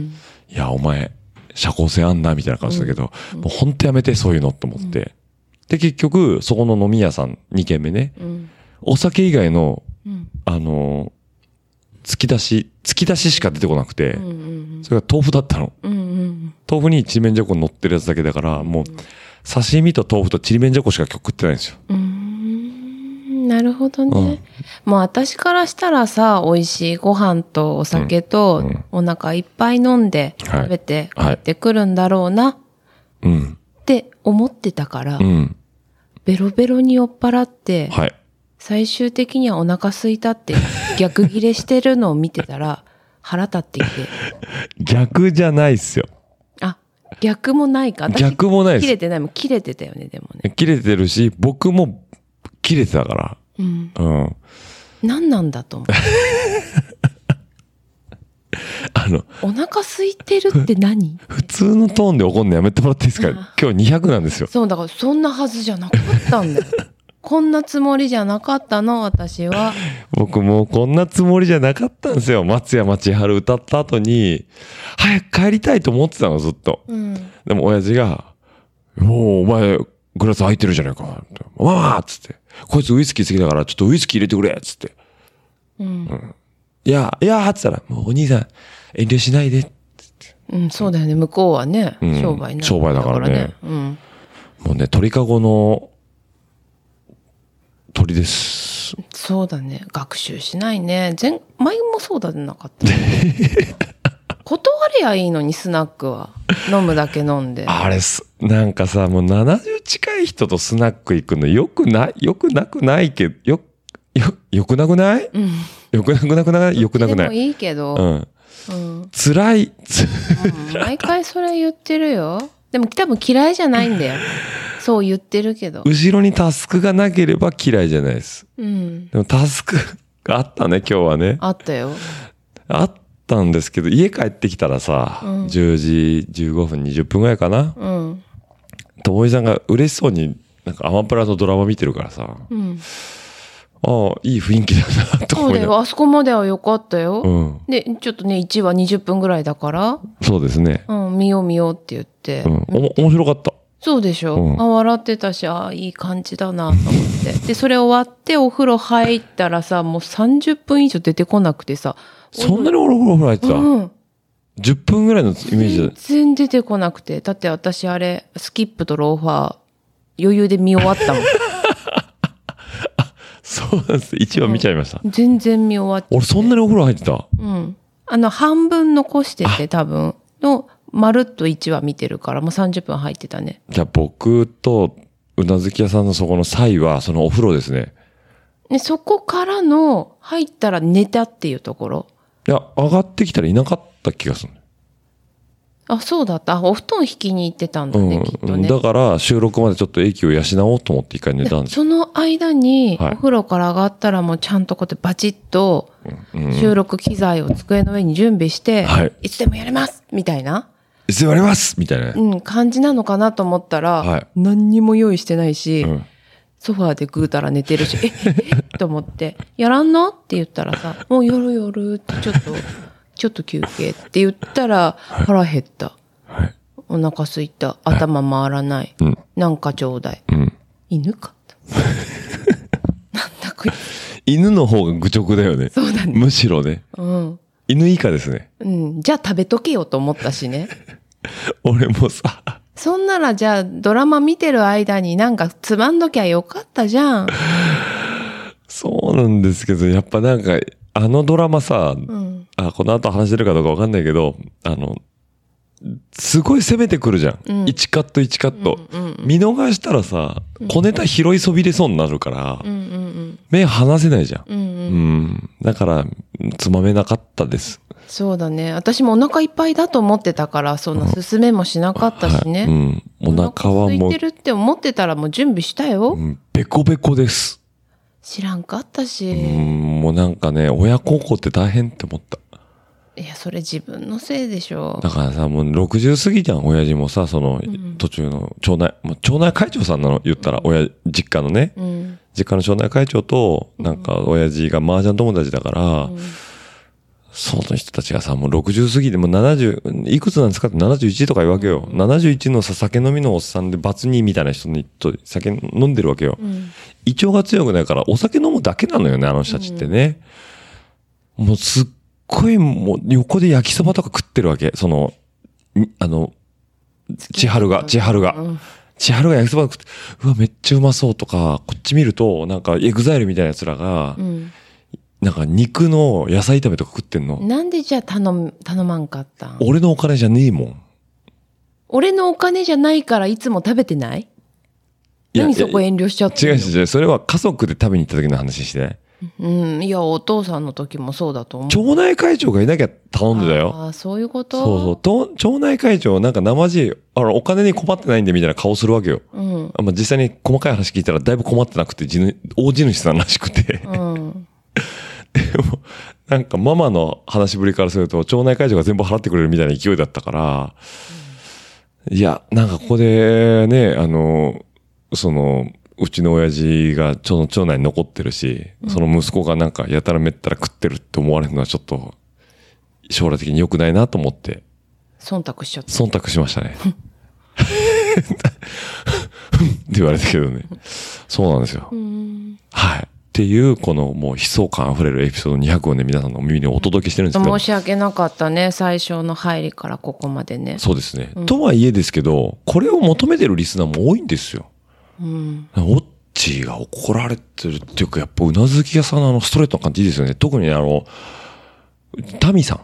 んいや、お前、社交性あんな、みたいな感じだけど、もうほんとやめて、そういうのって思って。で、結局、そこの飲み屋さん、2軒目ね、お酒以外の、あのー、突き出し、突き出ししか出てこなくて、それが豆腐だったの。豆腐にちりめんじゃこ乗ってるやつだけだから、もう、刺身と豆腐とちりめんじゃこしか食ってないんですよ。
うんなるほどね。もう私からしたらさ、美味しいご飯とお酒とお腹いっぱい飲んで
はい
食べて帰
はい
ってくるんだろうな
うん。
って思ってたから
う、ん。
ベロベロに酔っ払って、
はい。
最終的にはお腹空いたって逆ギレしてるのを見て たら腹立ってきて、
逆じゃないっすよ。
あ、逆もないか。私
逆もないです
切れてないもん。切れてたよね、でもね。
切れてるし、僕も切れてたから。
うん。
うん。
何なんだと思う。
あの、
お腹空いてるって何
普通のトーンで怒るのやめてもらっていいですか今日200なん ですよ。
そう、だからそんなはずじゃなかったんだ よ。こんなつもりじゃなかったの、私は。
僕もうこんなつもりじゃなかったんですよ。松山千春歌った後に、早く帰りたいと思ってたの、ずっと。
うん。
でも親父が、もうお前、グラス空いてるじゃないか。わあわあっつって。こいつウイスキー好きだから、ちょっとウイスキー入れてくれっつって。うん。いや、いやーっつったら、もうお兄さん、遠慮しないで。
うん、そうだよね。向こうはね、
ん
商売なん
商売だからね
うん。
もうね、鳥かごの、鳥です。
そうだね。学習しないね。前、前もそうだな かった。断りゃいいのに、スナックは。飲むだけ飲んで。
あれす、なんかさ、もう70近い人とスナック行くのよくない、よくなくないけど、よ、よ、よくなくない
うん。
よくなくなくないよくなく
で
な
も
い。
いいけど、
うん。
うん。
辛い。つ
毎回それ言ってるよ。でも多分嫌いじゃないんだ よ。そう言ってるけど。
後ろにタスクがなければ嫌いじゃないです。
うん。
でもタスクがあったね、今日はね。
あったよ。
あったんですけど、家帰ってきたらさ、
ん
10時15分、20分ぐらいかな。
うん。
ともいさんが嬉しそうに、なんかアマプラのドラマ見てるからさ、
うん。
ああ、いい雰囲気だな、と
そう
思い
だ
ながら。
よ。あそこまでは良かったよ。
うん。
で、ちょっとね、1話20分ぐらいだから、
そうですね。
うん、見よう見ようって言って。
うん。おも、面白かった。
そうでしょ、
うん
あ、笑ってたし、あ、いい感じだなと思って。で、それ終わってお風呂入ったらさ、もう30分以上出てこなくてさ。
そんなにオロゴロフライってた、
うん。
?10 分ぐらいのイメージ
全
で。
然出てこなくて。だって私あれ、スキップとローファー、余裕で見終わった もん。
そうなんです。1話見ちゃいました。
全然見終わっ
俺そんなにお風呂入ってた
うん。あの、半分残してて、多分。の、まるっと1話見てるから、もう30分入ってたね。
じゃあ僕と、うなずき屋さんのそこの際は、そのお風呂ですね。
で、そこからの、入ったら寝たっていうところ。
いや、上がってきたらいなかった気がする。
あ、そうだった。あお布団引きに行ってたんだ
うん
ね、きっと
うん。
ね。
だから、収録までちょっと英気を養おうと思って一回寝たんです。
その間に、
はい
お風呂から上がったらもうちゃんとこうやってバチッと
うん
収録機材を机の上に準備して、
はい
つでもやれますみたいな、
座りますみたいなね。
うん、感じなのかなと思ったら、
はい
何にも用意してないし、
うん
ソファーでぐうたら寝てるし、え、え、えと思って、やらんのって言ったらさ、もう夜夜ってちょっと、ちょっと休憩って言ったら、腹減った。
はい
お腹空いた。頭回らない。
うん
なんかちょうだい。
うん。
犬かと。なんだこいつ。
犬の方が愚直だよね。
そうだね。
むしろね。
うん。
犬以下ですね。
うん。じゃあ食べとけよと思ったしね。
俺もさ、
そんならじゃあドラマ見てる間になんかつまんどきゃよかったじゃん。
そうなんですけど、やっぱなんか、あのドラマさ、
うん。
あ、この後話せるかどうかわかんないけど、あの、すごい攻めてくるじゃん。
うん
1カット1カット。
うんうん
見逃したらさ、小ネタ拾いそびれそうになるから、
うんうん
目離せないじゃん。
うん。うん
う
うん。
ん。だから、つまめなかったです。
そうだね。私もお腹いっぱいだと思ってたから、そんな進めもしなかったしね。
はいうん。お腹は
空
も
いうて、るって思ってたらもう準備したよ
う。んベコベコです。
知らんかった
う
し。
ん、もうなんかね、親孝行って大変って思った。
いや、それ自分のせいでしょ。
だからさ、もう60過ぎじゃん、親父もさ、その、途中の町内、もう町内会長さんなの、言ったら、親、実家のね、
うん。
実家の町内会長と、なんか、親父が麻雀友達だから、その人たちがさ、もう60過ぎて、もう70、いくつなんですかって71とか言うわけよ。71のさ、酒飲みのおっさんで、罰にみたいな人にと酒飲んでるわけよ。胃腸が強くないから、お酒飲むだけなのよね、あの人たちってね。もうすっごい、もう横で焼きそばとか食ってるわけ。その、にあの、千春が、千春が。千春が焼きそば食って、うわ、めっちゃうまそうとか、こっち見ると、なんか、エグザイルみたいな奴らが
う、ん。
なんか肉の野菜炒めとか食ってんの。
なんでじゃあ頼む、頼まんかったん
俺のお金じゃねえもん。
俺のお金じゃないからいつも食べてない
いや
何そこ遠慮しちゃって
違う
る
違う違う。それは家族で食べに行った時の話してね。
うん。いや、お父さんの時もそうだと思う。
町内会長がいなきゃ頼んでたよ。
ああ、そういうこと
そうそうと。町内会長、なんか生地、あの、お金に困ってないんでみたいな顔するわけよ。
う。うん。
あまあ、実際に細かい話聞いたらだいぶ困ってなくて、地主大地主さんらしくて。
うん。
でも、なんかママの話ぶりからすると、町内会長が全部払ってくれるみたいな勢いだったから、いや、なんかここでね、あの、その、うちの親父がちょの町内に残ってるし、その息子がなんかやたらめったら食ってるって思われるのはちょっと、将来的に良くないなと思って、
忖度しちゃった。
忖度しましたね。って言われたけどね。そうなんですよ。はい。っていう、このもう悲壮感あふれるエピソード200をね、皆さんの耳にお届けしてるんですけど
申。し訳なかったね。最初の入りからここまでね。
そうですね。とはいえですけど、これを求めてるリスナーも多いんですよ。オッチーが怒られてるっていうか、やっぱうなずき屋さんのあのストレートな感じいいですよね。特にあの、タミさ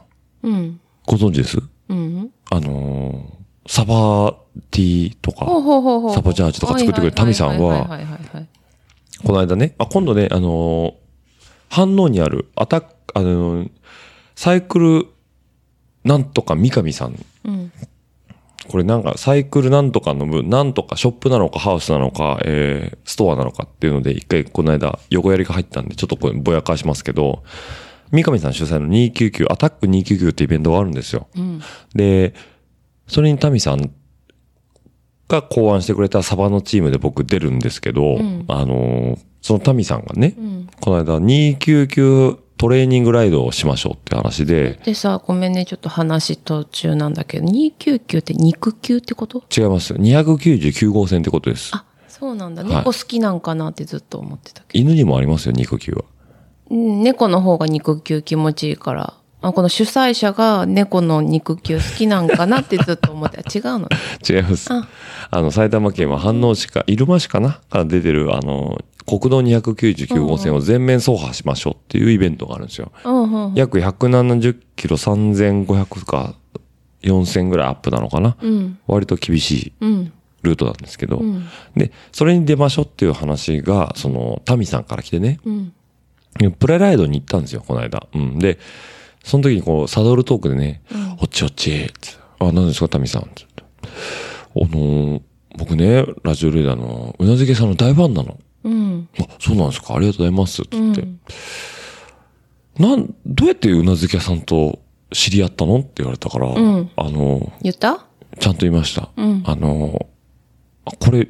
ん、
うん。
ご存知です
うん。
あのーサバティーとか。
ほうほうほうほう。
サボジャージとか作ってくれるタミさんはい
いいいはい
この間ね、あ、今度ね、あのー、反応にある、アタック、あのーサイクルなんとか三上さん。
うん
これなんかサイクルなんとかの部、なんとかショップなのかハウスなのか、えー、ストアなのかっていうので、一回この間横やりが入ったんで、ちょっとこれぼやかしますけど、三上さん主催の299、アタック299ってイベントがあるんですよ。で、それにタミさんが考案してくれたサバのチームで僕出るんですけど、あのーそのタミさんがね、この間299トレーニングライドをしましょうって話で、
でさ、ごめんね、ちょっと話途中なんだけど、299って肉球ってこと
違います。299号線ってことです。
あ、そうなんだ。
はい
猫好きなんかなってずっと思ってたけ
犬にもありますよ、肉球は。
ど。うん猫の方が肉球気持ちいいから。あこの主催者が猫の肉球好きなんかなってずっと思ってた。違うのね。
違います。あの、埼玉県は飯能市か、入間市かなから出てる、あの、国道299号線を全面走破しましょうっていうイベントがあるんですよ。
うんうんうん。
約170キロ3500か4000ぐらいアップなのかな、
ん
割と厳しい
うん。
ルートなんですけど、で、それに出ましょうっていう話が、その、タミさんから来てね、
うん。
プレライドに行ったんですよ、この間。うん。で、その時にこう、サドルトークでね、おっちおっちっつってあ、何ですか、タミさん。つってあのー僕ね、ラジオレーダーの、うなずけさんの大ファンなの。
うん。
あ、そうなんですか、ありがとうございます。つって。
うん
なん、どうやってうなずけさんと知り合ったのって言われたから、
ん
あの、
言った
ちゃんと言いました。
うん
あの、あこれ、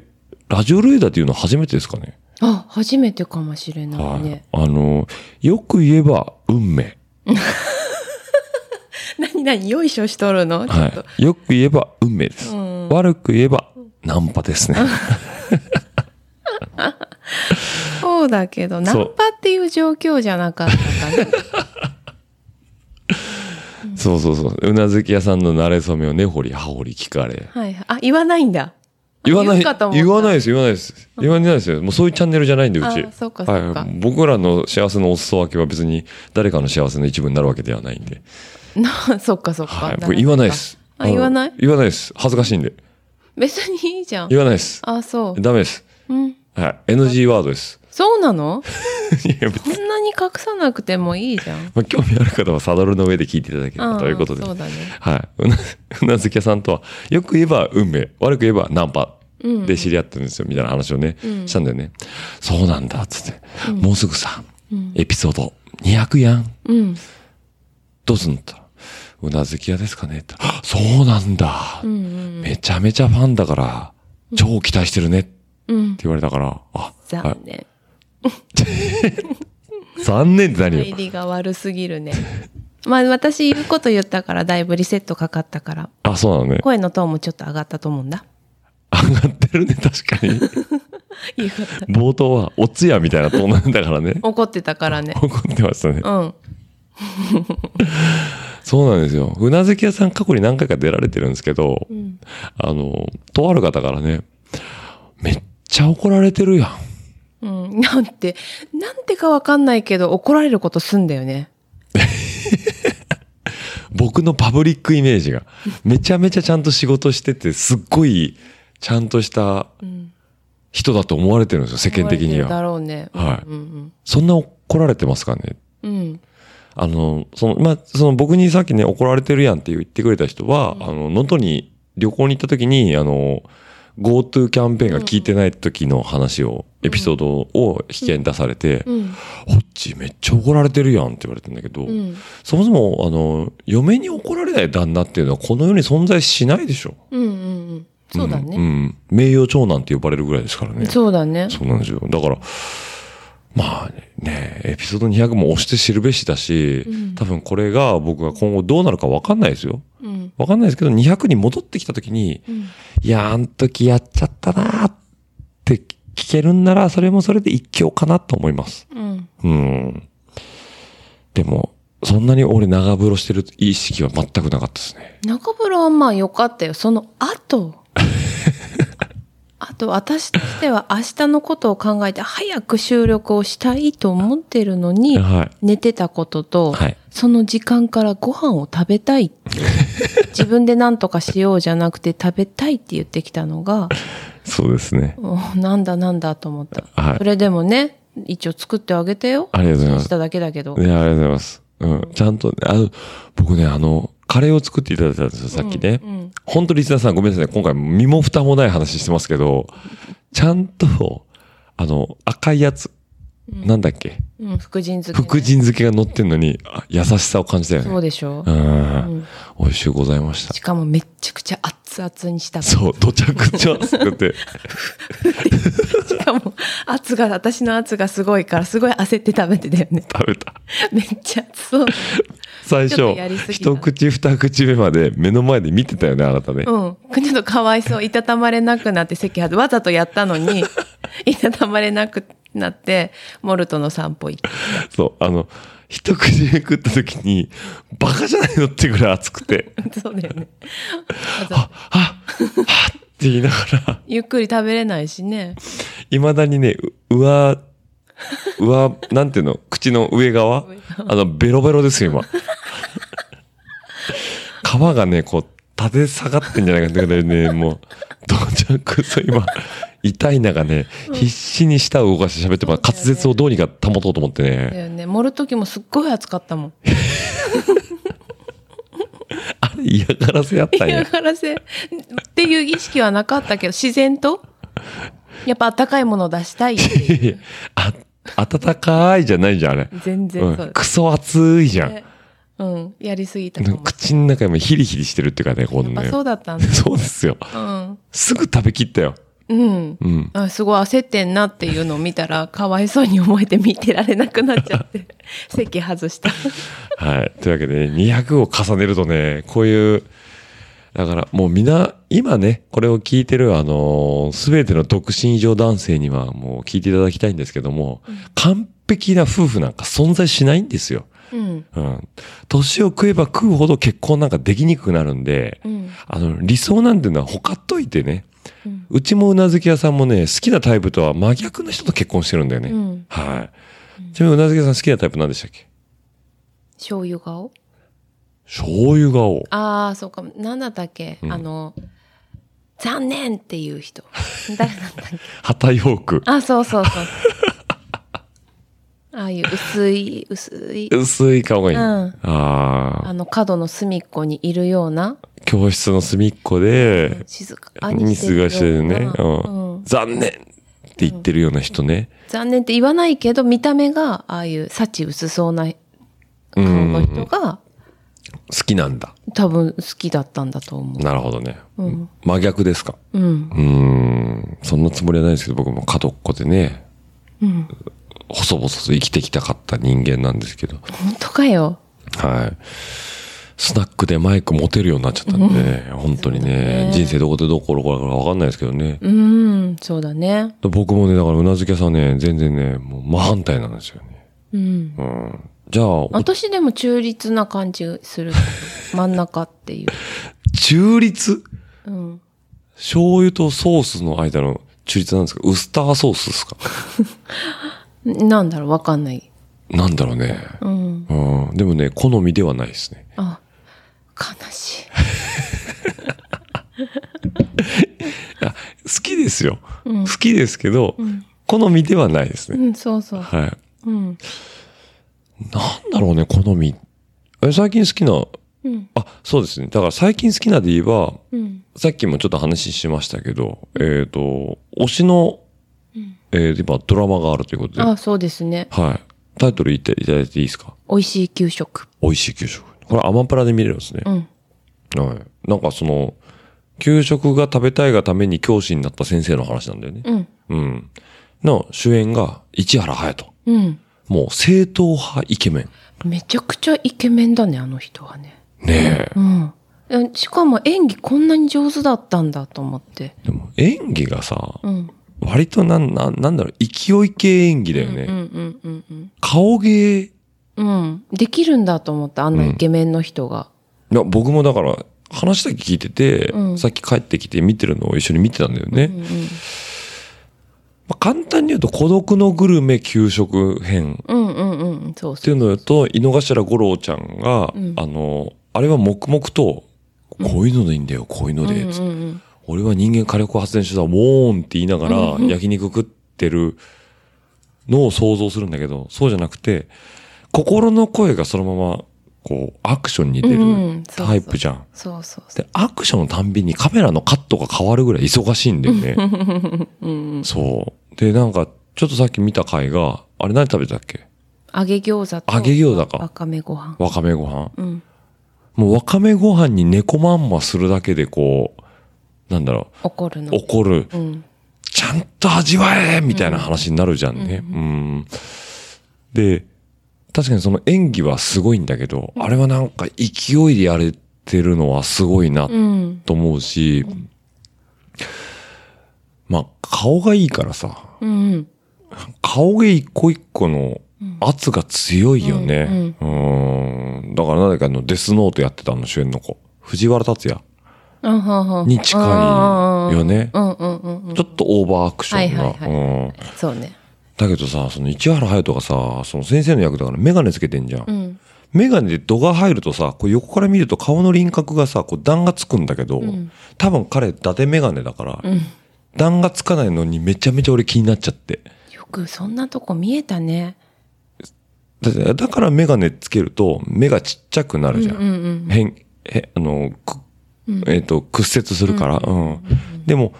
ラジオレーダーっていうの初めてですかね。
あ、初めてかもしれな
はいい。
ね。
あの、よく言えば、運命。
何何よいしょしとるのちょっと。
はい。よく言えば、運命です。
ん
悪く言えば、ナンパですね。
そうだけど、ナンパっていう状況じゃなかったから。
そうそうそう。うなずき屋さんの馴れ初めを根掘り葉掘り聞かれ。
はいはい。あ、言わないんだ。
言わない、
言うかと思った
言わないです、言わないです。言わないですよ。もうそういうチャンネルじゃないんで、うち。
あそうかそうか
はい。僕らの幸せのお裾分けは別に誰かの幸せの一部になるわけではないんで。
な、そっかそっか。
はい。
な
僕言わないです。
あ、言わない
あの言わないです。恥ずかしいんで。
別にいいじゃん
言。わないです。
あ、そう。
ダメです。
うん。
はい。NG ワードです。
そうなの
いや、別に
こんなに隠さなくてもいいじゃん。
まあ、興味ある方はサドルの上で聞いていただければということで。
あーそうだね
はい。うな、 うなずき屋さんとは、よく言えば運命、悪く言えばナンパで知り合ってるんですよ、みたいな話をね、したんだよね。そうなんだ、つって。もうすぐさ、エピソード200やん。
うん。
どうすんのって言ったらうなずき屋ですかねって言 ったらそうなんだ、めちゃめちゃファンだから、超期待してるね。って
うん。
言われたから、あ、あ
残念。
残念って何よ
入。りが悪すぎるね。まあ私言うこと言ったからだいぶリセットかかったから、
あ、そうなのね。
声のトーンもちょっと上がったと思うんだ。
上がってるね、確かに。
言い方。
冒頭は、おつやみたいなトーンなんだからね
怒ってたからね。
怒ってましたね。
うん。
そうなんですよ。うなずき屋さん過去に何回か出られてるんですけど、あの、とある方からね、めっちゃ怒られてるやん。
うん。 なんて、なんてかわかんないけど怒られることすんだよね。
僕のパブリックイメージが。めちゃめちゃちゃんと仕事してて、すっごい、ちゃんとした人だと思われてるんですよ、世間的に
怒られてるだ
は。
ろうね。
はい
うん
そんな怒られてますかね
うんうん。うん。
あの、その、まあ、その僕にさっきね、怒られてるやんって言ってくれた人は、あの、能登に旅行に行った時に、あの、GoTo キャンペーンが効いてない時の話を、エピソードを引き合いに出されて、
うん。
ホッチめっちゃ怒られてるやんって言われたんだけど、
うん。
そもそも、あの、嫁に怒られない旦那っていうのはこの世に存在しないでしょ。
うんうんうん。そうだね。
んうん。名誉長男って呼ばれるぐらいですからね。
そうだね。
そうなんですよ。だから、まあね、エピソード200も押して知るべしだし、多分これが僕が今後どうなるか分かんないですよ。
うん。
分かんないですけど、200に戻ってきた時に、いや、あの時やっちゃったなーって聞けるんなら、それもそれで一興かなと思います。
うん。
うん。でも、そんなに俺長風呂してる意識は全くなかったですね。
中風呂はまあ良かったよ。その 後。あと私としては明日のことを考えて早く収録をしたいと思ってるのに、
はい。
寝てたことと、
はい
その時間からご飯を食べ たいっていう自分で何とかしようじゃなくて食べたいって言ってきた のが、
そうですね。
おなんだなんだと思った。
はい
それでもね、一応作ってあげてよ。
ありがとうございます
しただけだけど。
ね、ありがとうございます。うん。ちゃんとね、あの、僕ね、あの、カレーを作っていただいたんですよ、さっきね。
うん
本当リスナーさんごめんなさいね。今回身も蓋もない話してますけど、ちゃんと、あの、赤いやつ、なんだっけ
うん、福神漬けね、
福神漬けが乗ってんのに、あ優しさを感じたよ
そう
ね。
でしょ、
う
うんん。
美味しゅうございました
し。かもめっちゃくちゃ熱々にした。
そう、土着ちゃ作って。
しかも圧が、私の圧がすごいから、すごい焦って食べてたよね。
食べた。
めっちゃ熱そう。
最
ち
初
ょっとやりす、ぎた
一口二口目まで目の前で見てたよね、あなたね。
うん。ちょっとかわいそう。いたたまれなくなって席外、わざとやったの に、いたたまれなくなって、モルトの散歩行って。
そう、あの、一口目食った時に、バカじゃないのってぐらい熱くて、
そうだよね。
あ、はっって言いながら、
ゆっくり食べれないしね。
未だにね、う、うわ、うわ、なんていうの、口の上側あの、ベロベロですよ、今。 皮がね、こう、立て下がってんじゃないかってぐらいね、もう、どちゃくそ今、痛い中ね、必死に舌を動かして喋って、まあ、滑舌をどうにか保とうと思ってね
だ。よね。盛る時もすっごい暑かったもん。
あれ嫌がらせやったん
嫌
や。
がらせっていう意識はなかったけど、自然と、やっぱ温かいものを出したいっていう。
いやあ、暖かいじゃないじゃん、あれ。
全
う
然そ
ん
う。
クソ暑いじゃん。
うん。やりすぎたかも。
口の中もヒリヒリしてるっていうかね、この
やっ
ね
ぱ。そうだったんだ。
そうですよ。
うん。
すぐ食べきったよ。
うん。
うん。
あすごい焦ってんなっていうのを見たら、かわいそうに思えて見てられなくなっちゃ って、席外した。
はい。というわけで、ね、200を重ねるとね、こういう、だからもうみんな、今ね、これを聞いてる、あのすべての独身以上男性にはもう聞いていただきたいんですけども、完璧な夫婦なんか存在しないんですよ。
うん。
うん。年を食えば食うほど結婚なんかできにくくなるんで、
うん。
あの、理想なんていうのは他っといてね、
う
うんちもうなずき屋さんもね、好きなタイプとは真逆の人と結婚してるんだよね。
うん。
はい。ちなみにうなずき屋さん好きなタイプ何でしたっけ
醤油顔
醤油顔。
ああ、そうか。なんだったっけ、あの、残念っていう人。 誰だったっけ
旗ヨーク。
あ、そうそう そう。ああいう薄い、薄い、
薄い顔がいい。
うん
ああ
あの角の隅っこにいるような、
ー、教室の隅っこで、
静かに
ミ
して
ス
るような。
がしてるね、うん
うん
残念って言ってるような人ね。
残念って言わないけど、見た目が、ああいう、幸薄そうな顔の人が、
好きなんだ。
多分好きだったんだと思
なるほどね。
うん
真逆ですか。
う。うん
う。ーん、そんなつもりはないですけど、僕も角っこでね、
うん。
細々と生きてきたかった人間なんですけど、
本当かよ。
はい。スナックでマイク持てるようになっちゃったんでね、本当にね、人生どこでどこ転がるかわかんないですけどね。
うん、そうだね。
僕もね、だからうなずき屋さんね、全然ね、もう真反対なんですよね。
うん。
うん。じゃあ、お
私でも中立な感じするけど。真ん中っていう。
中立
うん。
醤油とソースの間の中立なんですかウスターソースですか
なんだろう、わかんない。
なんだろうね。
うん。
うん。でもね、好みではないですね。
あ、悲しい。
好きですよ。好きですけど、好みではないですね。
うん、そうそう。
はい。
うん。
なんだろうね、好み。え最近好きな、
ん
あ、そうですね。だから最近好きなで言えば、
うん。
さっきもちょっと話しましたけど、えっ、と、推しの、えー、今ドラマがあるということで、
あ、そうですね。
はい。タイトル言っていただいていいですか
美味しい給食。
美味しい給食。これアマプラで見れるんですね。
うん。
はい。なんかその、給食が食べたいがために教師になった先生の話なんだよね。
うん。
うん。の主演が市原隼人。
うん。
もう正統派イケメン。
めちゃくちゃイケメンだね、あの人はね。
ねえ。
うん。えしかも演技こんなに上手だったんだと思って。
でも演技がさ、
うん。
割となん、なん、なんだろう、勢い系演技だよね。
うんうんうんうん。
顔芸、
うん。できるんだと思った、あんなイケメンの人が。
いや、僕もだから、話だけ聞いてて、
うん
さっき帰ってきて見てるのを一緒に見てたんだよね。
うん。
まあ、簡単に言うと、孤独のグルメ給食編
うんうんうんうん。そう
ってい
そう
のと、井の頭五郎ちゃんが、
うん
あの、あれは黙々と、こういうのでいいんだよ、こういうの
う。
で、
うんうん
俺は人間火力発電所だ、ウォーンって言いながら
うんうん
焼肉食ってるのを想像するんだけど、そうじゃなくて、心の声がそのままこう、アクションに出
うんうん
る
そうそう
タイプじゃん。
そうそうそう。
で、アクションのたんびにカメラのカットが変わるぐらい忙しいんだよ ね。そう。で、なんか、ちょっとさっき見た回が、あれ何食べたっけ
揚げ餃子と。
揚げ餃子か
わかめご飯。
わかめご飯。
うん。
もうわかめご飯に猫まんまするだけでこう、なんだろ
怒るの
う、。怒る。
うん。
ちゃんと味わえみたいな話になるじゃんね。うん。で、確かにその演技はすごいんだけど、あれはなんか勢いでやれてるのはすごいな
うん。
と思うし、まあ顔がいいからさ、
うん。
顔が一個一個の圧が強いよね。うん。んだからなんだかあのデスノートやってたあの主演の子、藤原達也
あはは
に近いよね。
うんうんうんうん。
ちょっとオーバーアクションが。
はいはいは
うん
そうね。
だけどさ、その市原隼人がさ、その先生の役だからメガネつけてんじゃん。
ん
メガネで度が入るとさ、こう横から見ると顔の輪郭がさ、こう段がつくんだけど、多分彼伊達メガネだから、段がつかないのにめちゃめちゃ俺気になっちゃって。
よくそんなとこ見えたね。
だってだからメガネつけると目がちっちゃくなるじゃん。変、へ、あの、くえっ、と、屈折するから。うん。でも、やっ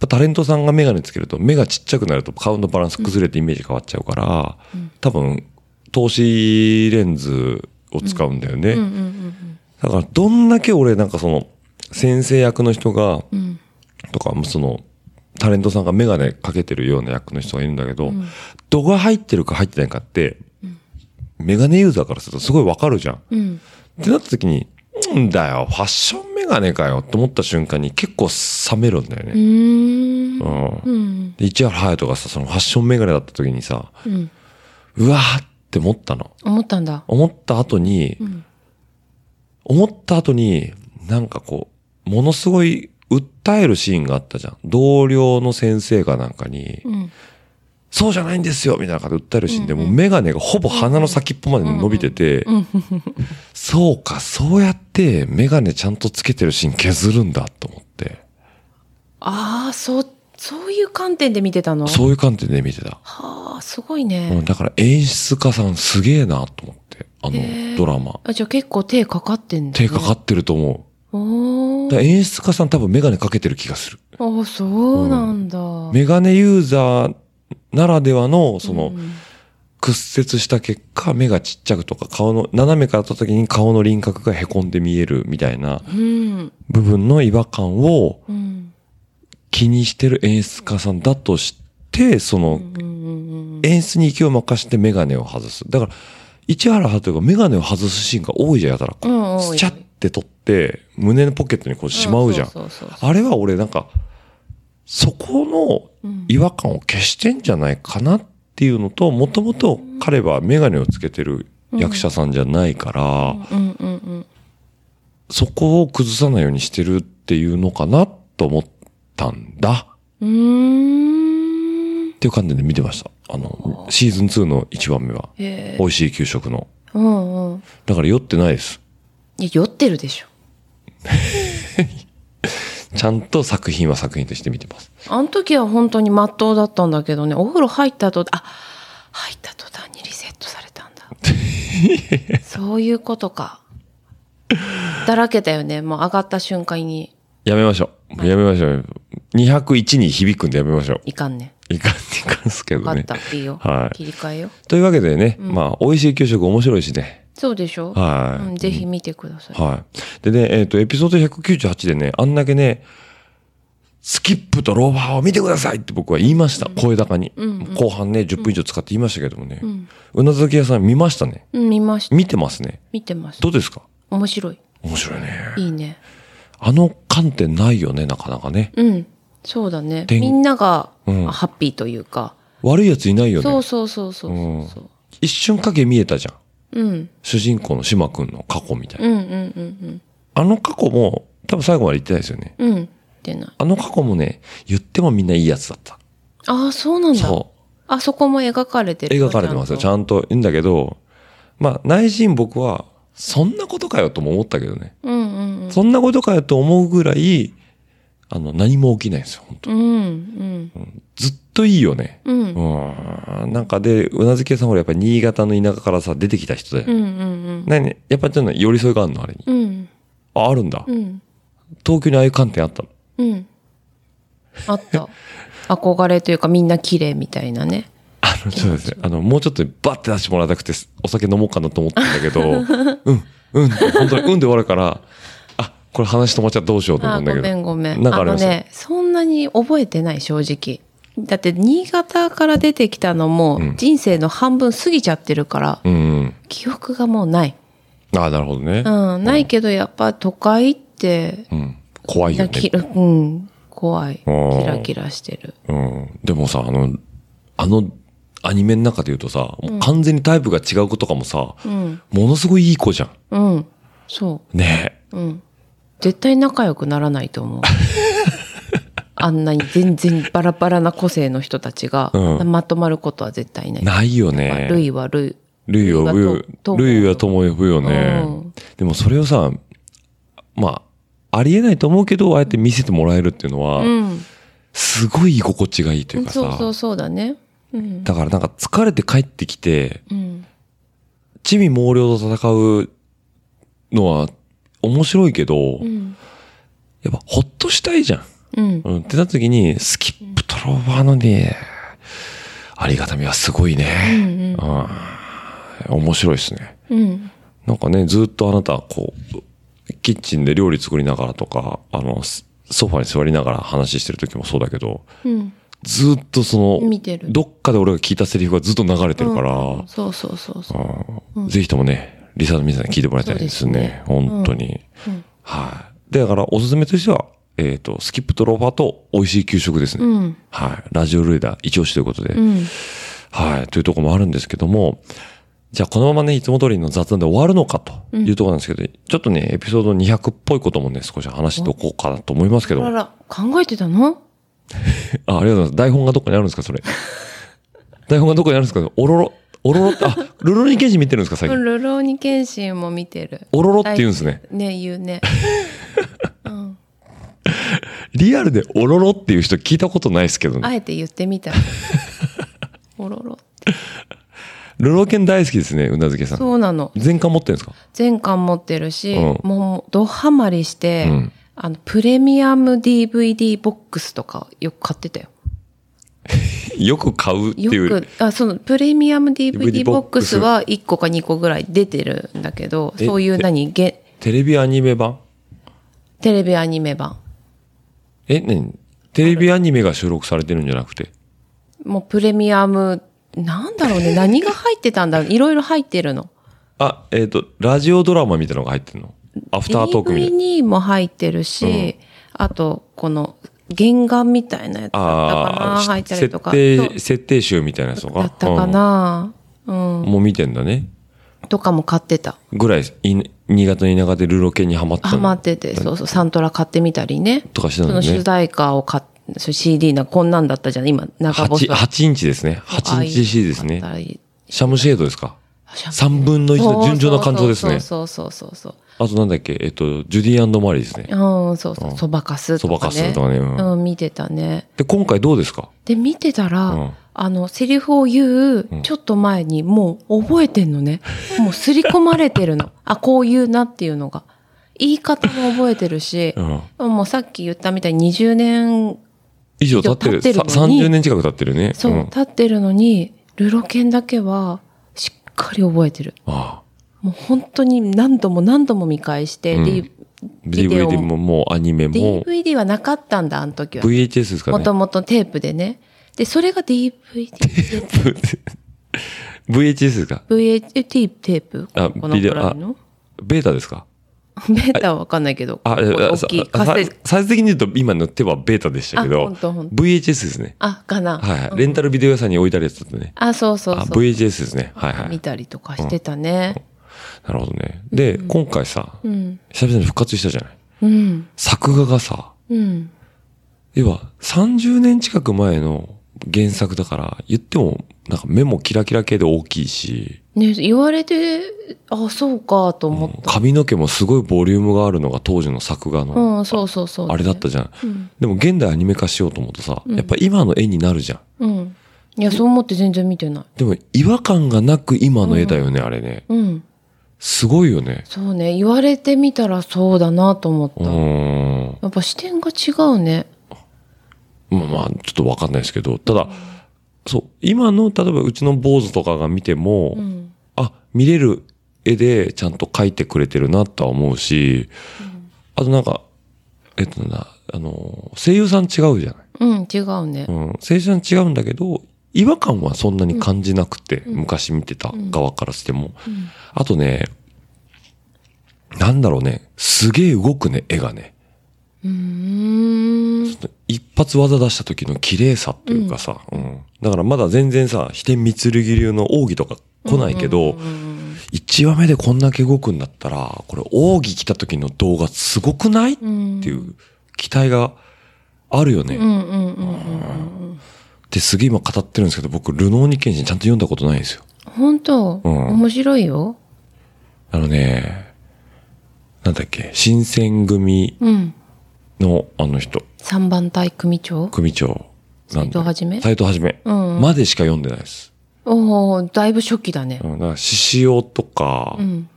ぱタレントさんがメガネつけると目がちっちゃくなると顔のバランス崩れてイメージ変わっちゃうから、多分、透視レンズを使うんだよね。だから、どんだけ俺なんかその、先生役の人が、とか、その、タレントさんがメガネかけてるような役の人がいるんだけど、度が入ってるか入ってないかって、メガネユーザーからするとすごいわかるじゃん。ってなった時に、んだよ、ファッションメガネかよって思った瞬間に結構冷めるんだよね。うん。で、市原隼人がさ、そのファッションメガネだった時にさ、うわーって思ったの。
思ったんだ。
思った後に、思った後に、なんかこう、ものすごい訴えるシーンがあったじゃん。同僚の先生かなんかに、そうじゃないんですよみたいな感じで訴えるシーンで、もうメガネがほぼ鼻の先っぽまで伸びてて、そうか、そうやってメガネちゃんとつけてるシーン削るんだと思って、
ああ、そう、そういう観点で見てたの
そういう観点で見てた。
はあ、すごいうね
ん。だから演出家さんすげえなと思って、あのドラマ。
あ、じゃあ結構手かかってんだ、
手
ね。
かかってると思う。
お
だか
ー
ら演出家さん多分メガネかけてる気がする。
ああ、そうなんだ。
メガネユーザーならではの、その、
うん
屈折した結果、目がちっちゃくとか、顔の、斜めから撮った時に顔の輪郭が凹んで見えるみたいな
うん。
部分の違和感を
うん。
気にしてる演出家さんだとして、その、演出に勢いを任してメガネを外す。だから、市原派というかメガネを外すシーンが多いじゃん、やたら。
うん多い
スチャって撮って、胸のポケットにこうしまうじゃん。
そうそうそうそう
あれは俺なんか、そこの違和感を消してんじゃないかなっていうのと、もともと彼はメガネをつけてる役者さんじゃないから、
うんうんうん。
そこを崩さないようにしてるっていうのかなと思ったんだ。
うーん。
っていう観点で見てました。あの、シーズン2の1番目は、
へえ。
美味しい給食の。
うんうん。
だから酔ってないです。
いや、酔ってるでしょ。
ちゃんと作品は作品として見てます。
あの時は本当に真っ当だったんだけどね、お風呂入った後、あ、入った途端にリセットされたんだ。 そういうことか。だらけだよね。もう上がった瞬間に、
やめましょう。やめましょう。201に響くんでやめましょ
いかんね。
う。いかん、いかんすけ
分か
どね。
った。いいよ。
はい
切り替えよう。
というわけでね、まあ、美味しい給食面白いしね。
そうでしょ
はい
うん、ぜひ見てください。
はい。でね、えっ、と、エピソード198でね、あんだけね、スキップとローバーを見てくださいって僕は言いました。声高に、後半ね、10分以上使って言いましたけどもね。うなずき屋さん見ましたね。
うん、見ました。
見てますね。
見てます
ど。うですか
面白い。
面白いね。
いいね。
あの観点ないよね、なかなかね。
うん。そうだね。
でん
みんなが、
うん
ハッピーというか。
悪いやついないよね。
そうそうそうそうそうそう。
一瞬影見えたじゃん。
うん。
主人公の島くんの過去みたいな。
うんうんうん
あの過去も、多分最後まで言ってないですよね。
うん。うん。ってない。
あの過去もね、言ってもみんないいやつだった。
ああ、そうなんだ。
そ
あそこも描かれて
う。
るの。
描かれてますよ。ち
ん
ゃんといいんだけど、まあ内心僕は、そんなことかよとも思ったけどね。
と。うんうん
そんなことかよと思うぐらい、あの、何も起きないんですよ、本当
うん。うん
ずっといいよね。
うん。うん。
うん。なんかで、うなずき屋さんほらやっぱり新潟の田舎からさ、出てきた人だよ。
うんうんうん
何やっぱちょっと寄り添いがあるのあれに。
うん。
あ、あるんだ。
うん。
東京にああいう観点あったの。
うん。あった。憧れというかみんな綺麗みたいなね。
あの、そうですね。あの、もうちょっとバッて出してもらいたくて、お酒飲もうかなと思ったんだけど、うん、うん、本当にうんで終わるから、あ、これ話止まっちゃどうしようと思
あ
うんだ
ご
けど。
めんごめん。
なんかあ
あ
り
の
ます
ね、そんなに覚えてない正直。だって新潟から出てきたのも
ん
人生の半分過ぎちゃってるから、
うんうん。
記憶がもうない。
あなるほどね。
うん、ないけどやっぱ都会って、
うん。怖いよ
なき
ね。
うん、怖い。
ー
キラキラしてる。
うん。でもさ、あの、あの、アニメの中で言うとさ、もう完全にタイプが違う子とかもさ、
うん、
ものすごいいい子じゃん。
うん、そ
ねえ。
う、うん。絶対仲良くならないと 思う。あんなに全然バラバラな個性の人たちが、
うん
まとまることは絶対ない。
ないよ
まあ
ね。
ルイはルイ。
ルイは
ルイは
ル
と
イ、ルイはとも呼ぶよね
うん。
でもそれをさ、まあ、ありえないと思うけど、ああやって見せてもらえるっていうのは、
うん。
すごい居心地がいいというかさ、
そうそうそうだね。うん。
だからなんか疲れて帰ってきて、
うん。
地味猛量と戦うのは面白いけど、
うん。
やっぱほっとしたいじゃん。
うん。
うん、ってなった時に、スキップトローバーのね、ありがたみはすごいね。
うん。
うん面白いですね。
うん。
なんかね、ずっとあなた、こう、キッチンで料理作りながらとか、あの、スソファに座りながら話してる時もそうだけど、
うん。
ずっとその、
見てる
どっかで俺が聞いたセリフがずっと流れてるから、
そうそうそうそう。
うんぜひともね、リサの皆さんに聞いてもらいたいですね。本当に。はい。で、だから、おすすめとしては、えっ、と、スキップとローファーと美味しい給食ですね。
うん。
はい。ラジオルエダー一押しということで、
うん。
はい。というところもあるんですけども、じゃあこのままね、いつも通りの雑談で終わるのかというところなんですけど、ちょっとね、エピソード200っぽいこともね、少し話しておこうかなと思いますけ
あ
ど、
ら
あ
ら、考えてたの
ありがとうございます。台本がどこにあるんですか、 それ。台本がどこにあるんですか、おろろ、おろろって、あ、ルロニケンジ見てるんですか、最近。
ルローニケンシンも見てる。
おろろって言うんですね。
ね、言うね。
リアルでおろろっていう人聞いたことないですけどね。
あえて言ってみた。 おろろ。
ルロケン大好きですね、うなずけさん。
そうなの。
全巻持ってるんですか
全巻持ってるし、
うん
もう、ドハマりして、
うん
あの、プレミアム DVD ボックスとかよく買ってたよ。
よく買うって
よ
いう。
く、あ、その、プレミアム DVD
DVD
ボ
ボ
ッ
ッ
ク
ク
ス
ス
は1個か2個ぐらい出てるんだけど、
え
そういう
て
何、げ、
テレビアニメ版
テレビアニメ版。
え、何テレビアニメが収録されてるんじゃなくて。
もうプレミアム、なんだろう ね、何が入ってたんだろう。いろいろ入ってるの。
あ、えっ、と、ラジオドラマみたいなのが入ってるのアフタートークみたいな。
DVD も入ってるし、あと、この、原画みたいなやつだったかな
あ
入っ
あ、
たり
設
とか。
定、設定集みたいなやつと
そう
か。
だったかな、うん、
うんもう見てんだね。
とかも買ってた。
ぐらい、い新潟の田舎でルロケンにハマった
ハ
の
マってて、そうそう、サントラ買ってみたりね。
とかして
そ
たんだ
の主
ね。
題歌を買っ、そう CD な、こんなんだったじゃん。今、中細
8、8インチですね。8インチ C ですね。
ああいう
シャムシェードですか
あシャンプー
三分の一の順調な感情ですね。
そうそうそうそうそう
あとなんだっけ、えっと、ジュディマリーですね。
そう。うん、そうそうう。
ん
そばかすとかね。
そばかすとかねうん
うん、見てたね。
で、今回どうですか
で、見てたら、
うん
あの、セリフを言う、ちょっと前にもう覚えてん のね。もうすり込まれてるの。あ、こう言うなっていうのが。言い方も覚えてるし
う、ん。
もうさっき言ったみたいに20年、
以上経ってる。
以上経ってるのに
さ30年近く経ってるね。
そうう、
ん
立ってるのに、ルロケンだけは、しっかり覚えてる。
ああ
もう本当に何度も何度も見返して、
うん
D- ビデオ
DVD ももうアニメも
DVD はなかったんだ、あの時は。
VHS ですか
も
ね
と。もとテープでね。で、それが DVD で
VHS ですか
VHT テープ
あ
この
ビデ
く
オ
らいの
ベータですか
ベータはわかんないけど、
あ、えあ
大
さ
きいカ
さ
セット。
サイズ的に言うと今の手はベータでしたけ
あ
ど、
ほんとほんと
VHS ですね。
あ、かな。
はいはい。レンタルビデオ屋さんに置いてあるやつだったね。
あ、そうそう
あ、
そう。
VHS ですね。はいは
見
い。
たりとかしてたね。
なるほどね。で、今回さ、
うん。
久々に復活したじゃない
うん。
作画がさ、
うん。
要は30年近く前の原作だから、言ってもなんか目もキラキラ系で大きいし、
ね、言われて、あ、そうか、と思った。
髪の毛もすごいボリュームがあるのが当時の作画
う
の、
ん、そうそうそう。
あれだったじゃん。
うん。
でも現代アニメ化しようと思うとさ、やっぱ今の絵になるじゃん。
うん。いや、そう思って全然見てない。
でも違和感がなく今の絵だよね、あれね。
うん。
すごいよね。
そうね、言われてみたらそうだなと思っ
う
た。や
ーん。
っぱ視点が違うね。
まあまあ、ちょっとわかんないですけど、ただ、そう、今の、例えばうちの坊主とかが見ても、
うん。
あ、見れる絵でちゃんと描いてくれてるなとは思うし、あとなんか、えっとなんだ、あの、声優さん違うじゃない。
うん、違うね
う。ん、声優さん違うんだけど、違和感はそんなに感じなくて、昔見てた側からしても。あとね、なんだろうね、すげえ動くね、絵がね。
うーん。
一発技出した時の綺麗さというかさ、うんだからまだ全然さ、飛天三剣流の奥義とか来ないけど、一話目でこんだけ動くんだったら、これ奥義来た時の動画すごくないって
うん。
いう期待があるよね。
うんうんうんうん。
ってすげえ今語ってるんですけど、僕、ルノーニケンジンちゃんと読んだことないんですよ。
本当、
うん
面白いよ。
あのね、なんだっけ、新選組
うん。
のあの人、
三番隊組長
組長。なんだ
斎藤はじめ
斎藤はじめ。
うん
までしか読んでないです。
おおだいぶ初期だね
う。ん、だから、獅子王とか
う、ん。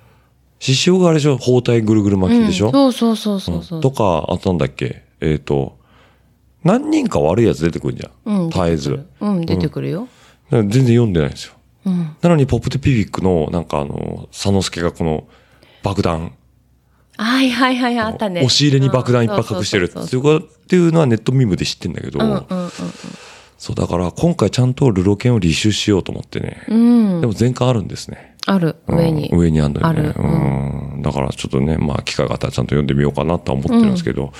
獅子王があれでしょ包帯ぐるぐる巻きでしょ、
うんそうそうそうそうそうう。
んとか、あとなんだっけ、えっ、と、何人か悪いやつ出てくるじゃん。
うん
絶えず。だか
うん、出てくるよ。
ら全然読んでないんですよ。
うん。
なのに、ポップテピピックの、なんかあの、佐之助がこの、爆弾。
はいはいはい、あったね。
押し入れに爆弾いっぱい隠してるって
そう
い
そう
うかっていうのはネットミームで知ってんだけど、
そううんうん
そうだから今回ちゃんとルロケンを履修しようと思ってね、
うん。うん。
でも全巻あるんですね、
ある、
うん
上に。
上にあるのよね
ある
うんだからちょっとねまあ機会があったらちゃんと読んでみようかなとは思ってるんですけど、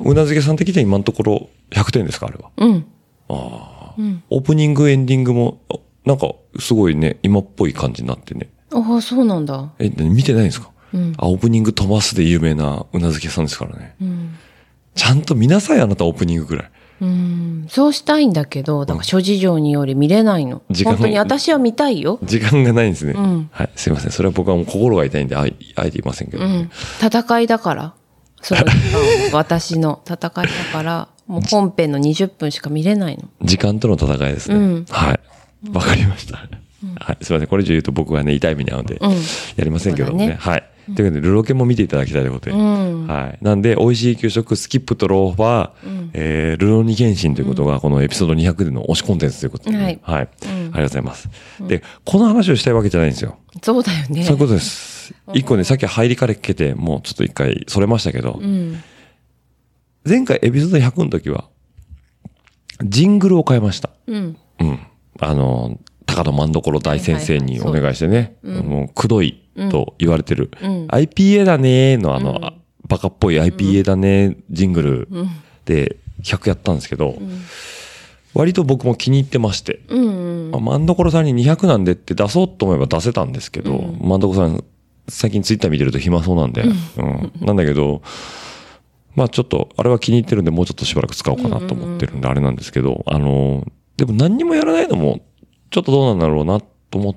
うなずけさん的には今のところ100点ですかあれは
うん。
オープニングエンディングもあなんかすごいね今っぽい感じになってね
ああ、そうなんだ。
え何見てないんですか、
うん
あオープニング飛ばすで有名なうなずけさんですからね
うん。
ちゃんと見なさいあなたオープニングぐらい
うん。そうしたいんだけど、だから諸事情により見れないの。
時間が
本当に私は見たいよ。
時間がないんですね。
ん
はい。すいません。それは僕はもう心が痛いんで、あいあえていませんけど、
う
ね
ん。戦いだから。その時間私の戦いだから、もう本編の20分しか見れないの。
時間との戦いですね。
うん
はい。わかりました。はい。すいません。これ以上言うと僕がね、痛い目に遭うんで、
ん
やりませんけどもね。
そうだ
は
ね
い。ということで、ルロケンも見ていただきたいということで。
ん
はい。なんで、美味しい給食、スキップとローファー、えー、ルロニケンシンということが、このエピソード200での推しコンテンツということで、ね。
はい
はい。ありがとうございます。で、この話をしたいわけじゃないんですよ。
そうだよね。
そういうことです。一個ね、さっき入りからけて、もうちょっと一回それましたけど、
うん。
前回エピソード100の時は、ジングルを変えました。
うん。
うん。あの、高野万所大先生にお願いしてね、もう、くどいと言われてる、
ん
IPA だねーのあの、あバカっぽい IPA だねージングルで100やったんですけど、割と僕も気に入ってまして、
うんうん。
まあ、真所さんに200なんでって出そうと思えば出せたんですけど、真所さん、最近ツイッター見てると暇そうなんで、うん。なんだけど、まあちょっと、あれは気に入ってるんで、もうちょっとしばらく使おうかなと思ってるんで、あれなんですけど、あの、でも何にもやらないのも、ちょっとどうなんだろうなと思っ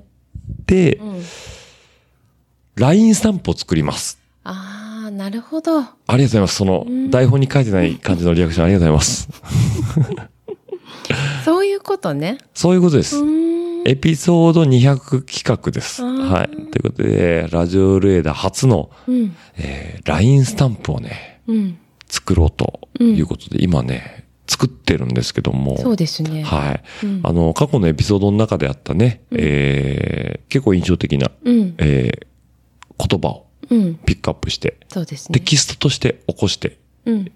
て、LINE スタンプを作ります。
ああ、なるほど。
ありがとうございます。その、台本に書いてない感じのリアクションありがとうございます。
そういうことね。
そういうことです。エピソード200企画です。
あー
はい。ということで、ラジオルエダ初の、
うん。
えー、LINE スタンプをね、
うん。
作ろうということで、今ね、作ってるんですけども。
そうですね。
はい、あの、過去のエピソードの中であったね、えー、結構印象的な、
うん。
えー、言葉を
うん。
ピックアップして、
そうですね
テ。キストとして起こして、
うん。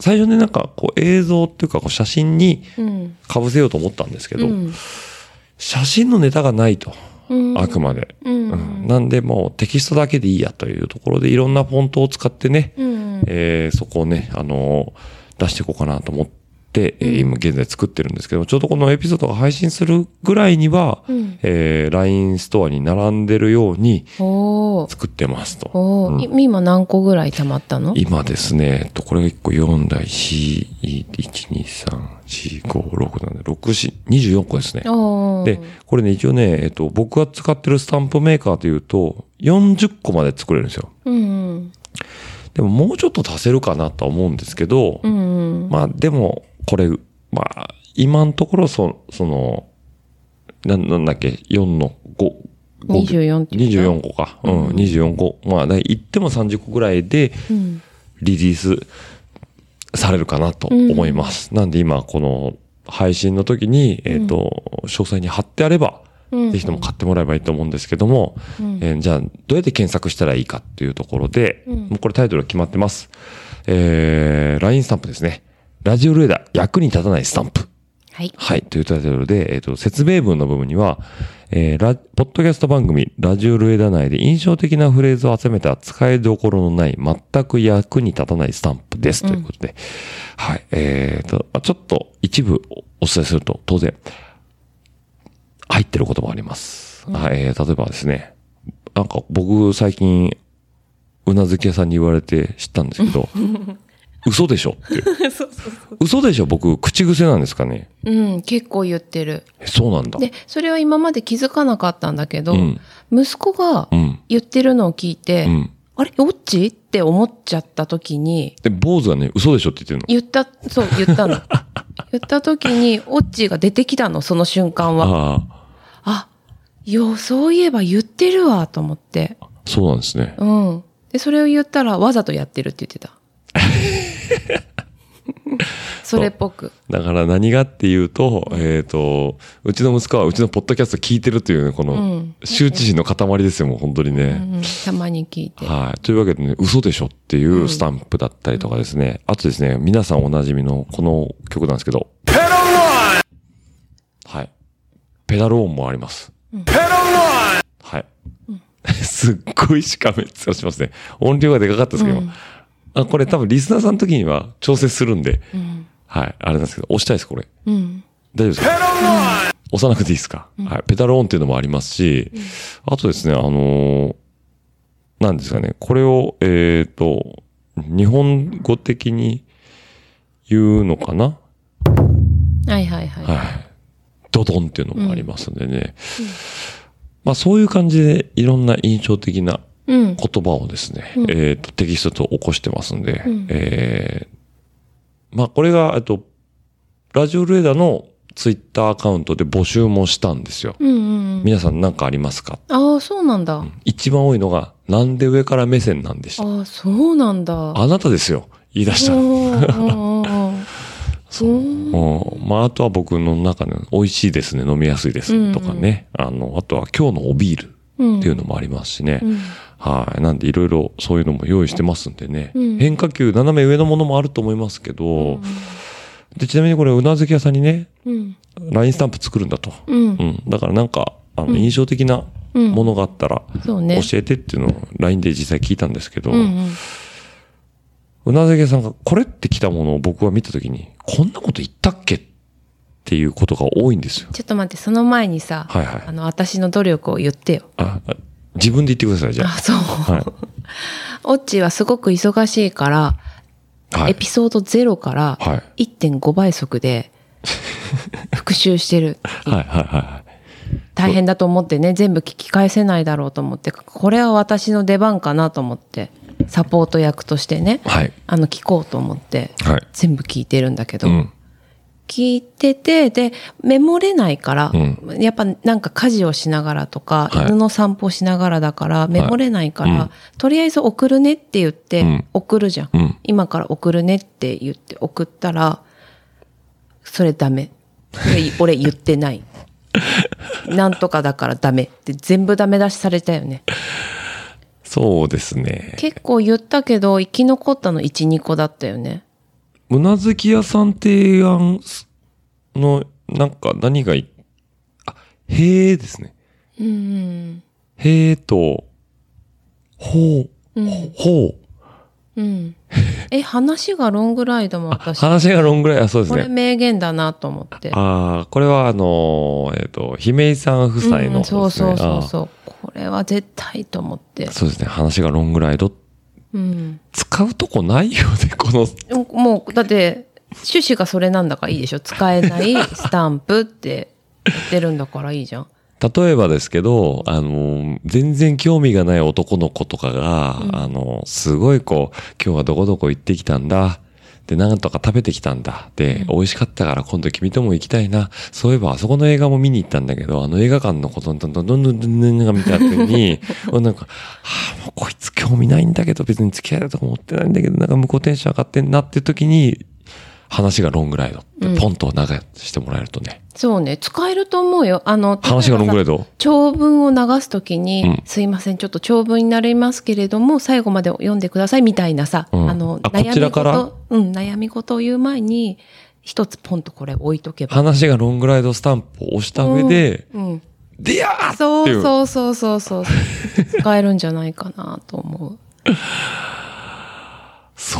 最初ね、なんかこう映像っていうかこう写真に
うん。
被せようと思ったんですけ
う
ど、
ん。
写真のネタがないと。
うん
あくまで。
うん
うんなんでもうテキストだけでいいやというところでいろんなフォントを使ってね、
うん。
えーそこをね、あのー出していこうかなと思って、えー今現在作ってるんですけど、ちょうどこのエピソードが配信するぐらいには、
うん
えー LINE ストアに並んでるように
おー。
作ってますと。
おー。い今何個ぐらい溜まったの
今ですね、えっとこれが1個4台、4、1、2、3、4、5、6、7、6、4、24個ですね。
おー。
で、これね、一応ね、えっと、僕が使ってるスタンプメーカーというと、40個まで作れるんですよ。
うん。
でももうちょっと足せるかなとは思うんですけど、
うん。うん。
まあでも、これ、まあ、今のところそ、その、な、なんだっけ、4の5、合計
24ってい
24
う
個か。うん、24個。まあ、だい言っても30個ぐらいで、リリースされるかなと思います。なんで今、この配信の時に、えっ、と、詳細に貼ってあれば、ぜひとも買ってもらえばいいと思うんですけども、えーじゃあ、どうやって検索したらいいかっていうところで、もうこれタイトル決まってます。えー、LINE スタンプですね。ラジオルエダ、役に立たないスタンプ。
はい。
はい。というタイトルで、えっ、と、説明文の部分には、えーラ、ポッドキャスト番組、ラジオルエダ内で印象的なフレーズを集めた使いどころのない、全く役に立たないスタンプです。ということで、はい。えっ、と、まあちょっと一部お伝えすると、当然、入ってる言葉あります。はいえー例えばですね、なんか僕最近、うなずき屋さんに言われて知ったんですけ ど、嘘でしょ っていう。嘘でしょ僕、口癖なんですかね。
うん、結構言ってる。
えそうなんだ。
で、それは今まで気づかなかったんだけど、
うん
息子が
うん。
言ってるのを聞いて、
うん。
あれ、オッチって思っちゃった時に、
で、坊主がね、嘘でしょって言ってるの。
言った、そう、言ったの。言った時に、オッチが出てきたの、その瞬間は。
あ
あ、よ、そういえば言ってるわ、と思って。
あ、そうなんですね。
うん。で、それを言ったら、わざとやってるって言っ てた。それっぽく。
だから何がっていうと、えっ、と、うちの息子はうちのポッドキャスト聞いてるという、こ
う
の、
ん。
羞恥心の塊ですよ、もう本当に
う
ね。
んうんたまに聞いて。
はい。というわけでね、嘘でしょっていうスタンプだったりとかですね。あとですね、皆さんおなじみのこの曲なんですけど。ペダルワンはい。ペダル音もあります。ペダルワンはい。 すっごいしかめっちゃしますね。音量がでかかったですけど、今あこれ多分リスナーさんの時には調整するんで、はい。あれなんですけど、押したいです、これ。
うん。
大丈夫ですか押さなくていいですか、はい。ペダルオンっていうのもありますし、あとですね、あのーなんですかね、これを、えっ、と、日本語的に言うのかな
はいはいはい。
はい。ドドンっていうのもありますんでね。まあそういう感じでいろんな印象的な
うん。
言葉をですね、えっ、と、テキストと起こしてますんで、えーまあこれが、えっと、ラジオルエダのツイッターアカウントで募集もしたんですよ。
うんうんうん。
皆さん何かありますか
ああ、そうなんだ。
一番多いのが、なんで上から目線なんでした
ああ、そうなんだ。
あなたですよ。言い出したの。
うんうんう んうんそう。
うんまあ、あとは僕の中で、美味しいですね、飲みやすいですとかね。あの、あとは今日のおビールっていうのもありますしね。はい。なんでいろいろそういうのも用意してますんでね。変化球、斜め上のものもあると思いますけど、でちなみにこれ、うなずき屋さんにね、ラインスタンプ作るんだと。
う
う
ん。
ん。だからなんか、あの、印象的なものがあったら、
そうね。
教えてっていうのを LINE で実際聞いたんですけど、
うんうん。
うなずけさんが、これって来たものを僕は見たときに、こんなこと言ったっけっていうことが多いんですよ。
ちょっと待って、その前にさ、
はいはい
あの、私の努力を言ってよ。
あ、あ自分で言ってください、じゃ
あ、そう。
あ。はい。
オッチーはすごく忙しいから、
は
エ
い。
ピソード0から
はい
1.5倍速で復習してる。
はい、はい、は
大変だと思ってね、全部聞き返せないだろうと思って、これは私の出番かなと思って、サポート役としてね、
い。はい。
あの、聞こうと思って、
はい。
全部聞いてるんだけど、
うん。
聞いてて、で、メモれないから、
う
やっぱなんか家事をしながらとか、
はい
犬の散歩しながらだから、メモれないから、
うん
とりあえず送るねって言って、
うん
送るじゃん,、
うん
今から送るねって言って送ったら、それダメ。そ れ俺言ってない。なんとかだからダメって全部ダメ出しされたよね。
そうですね。
結構言ったけど、生き残ったの1、2個だったよね。
うなずき屋さん提案すの、なんか何がい、あ、へえですね。
うん。
へえと、ほう、ほう。
うん。え、話がロングライドも
あ
私。
話がロングライン、あ、そうです
こ
ね
れ。名言だなと思って。
ああ、これはあのーえっ、と、姫井さん夫妻
う
の
んそう
ですね、
そうそう
う。
そう。これは絶対と思って。
そうですね、話がロングライド。
うん。
使うとこないよね、この。
でももう、だって、趣旨がそれなんだからいいでしょ。使 えないスタンプって言ってるんだからいいじゃん。
例えばですけど、あのー全然興味がない男の子とかが、あのーすごいこう、今日はどこどこ行ってきたんだ。で、なんとか食べてきたんだ。で、美味しかったから今度君とも行きたいな。そういえばあそこの映画も見に行ったんだけど、あの映画館のことどんどんどんどんどんどんどん見た後に、もうなんか、はあ、もうこいつ興味ないんだけど、別に付き合いだとか思ってないんだけど、なんか向こうテンション上がってんなって時に、話がロングライド。でポンと長くしてもらえるとね。
そうね、使えると思うよ。あの、
話がロングライド
長文を流すときに、
うん
すいません、ちょっと長文になりますけれども、最後まで読んでくださいみたいなさ、
うん
あの、
あこ
悩
ちら
み
か
事
ら
うん、悩み事を言う前に、一つポンとこれ置いとけば。
話がロングライドスタンプを押した上で、
うん。
でやーっ
そ
ていうう。
そうそうそうそう。使えるんじゃないかなと思う。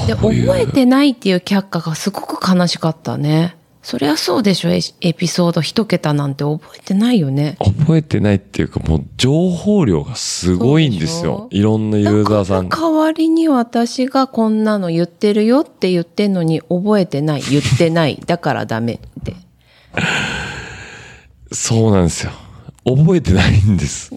で、
そういう
覚えてないっていう却下がすごく悲しかったね。そりゃそうでしょ、エエピソード一桁なんて覚えてないよね。
覚えてないっていうか、もう情報量がすごいんです
そ
よ
う。で
いろんなユーザーさん
だ。から代わりに私がこんなの言ってるよって言ってんのに覚えてない、言ってない、だからダメって。
そうなんですよ。覚えてないんです。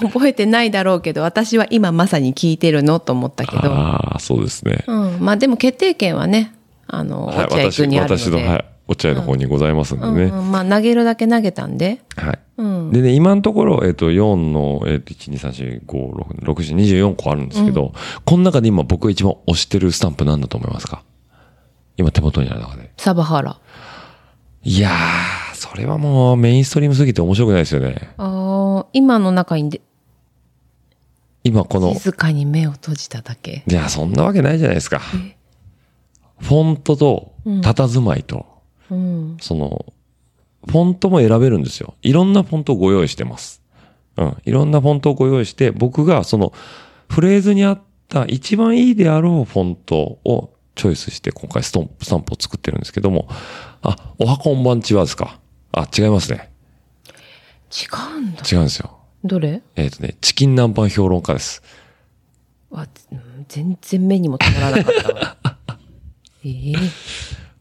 覚えてないだろうけど、私は今まさに聞いてるのと思ったけど。
ああ、そうですね。
うん。まあでも決定権はね、あの、
はい、
落合
私、
君にあるので。
私の、はい、落合の方にございますんで
うん
ね。
うん、まあ投げるだけ投げたんで。
はい。
うん。
でね、今のところ、えっ、と、4の、えっ、と、1、2、3、4、5、6、6、24個あるんですけど、この中で今僕が一番押してるスタンプ何だと思いますか今手元にある中で。
サバハラ。
いやー、それはもうメインストリームすぎて面白くないですよね。
ああ、今の中にで、
今この、
静かに目を閉じただけ。
いや、そんなわけないじゃないですか。フォントと、佇まいと、
うん。
その、フォントも選べるんですよ。いろんなフォントをご用意してます。うん。いろんなフォントをご用意して、僕がその、フレーズに合った一番いいであろうフォントをチョイスして、今回ストンプ、スタンプを作ってるんですけども、あ、おはこんばんちはですか。あ、違いますね。
違うんだ。
違うんですよ。
どれ
えっ、とね、チキン南蛮評論家です。
わうん全然目にも止まらなかった わ。ええ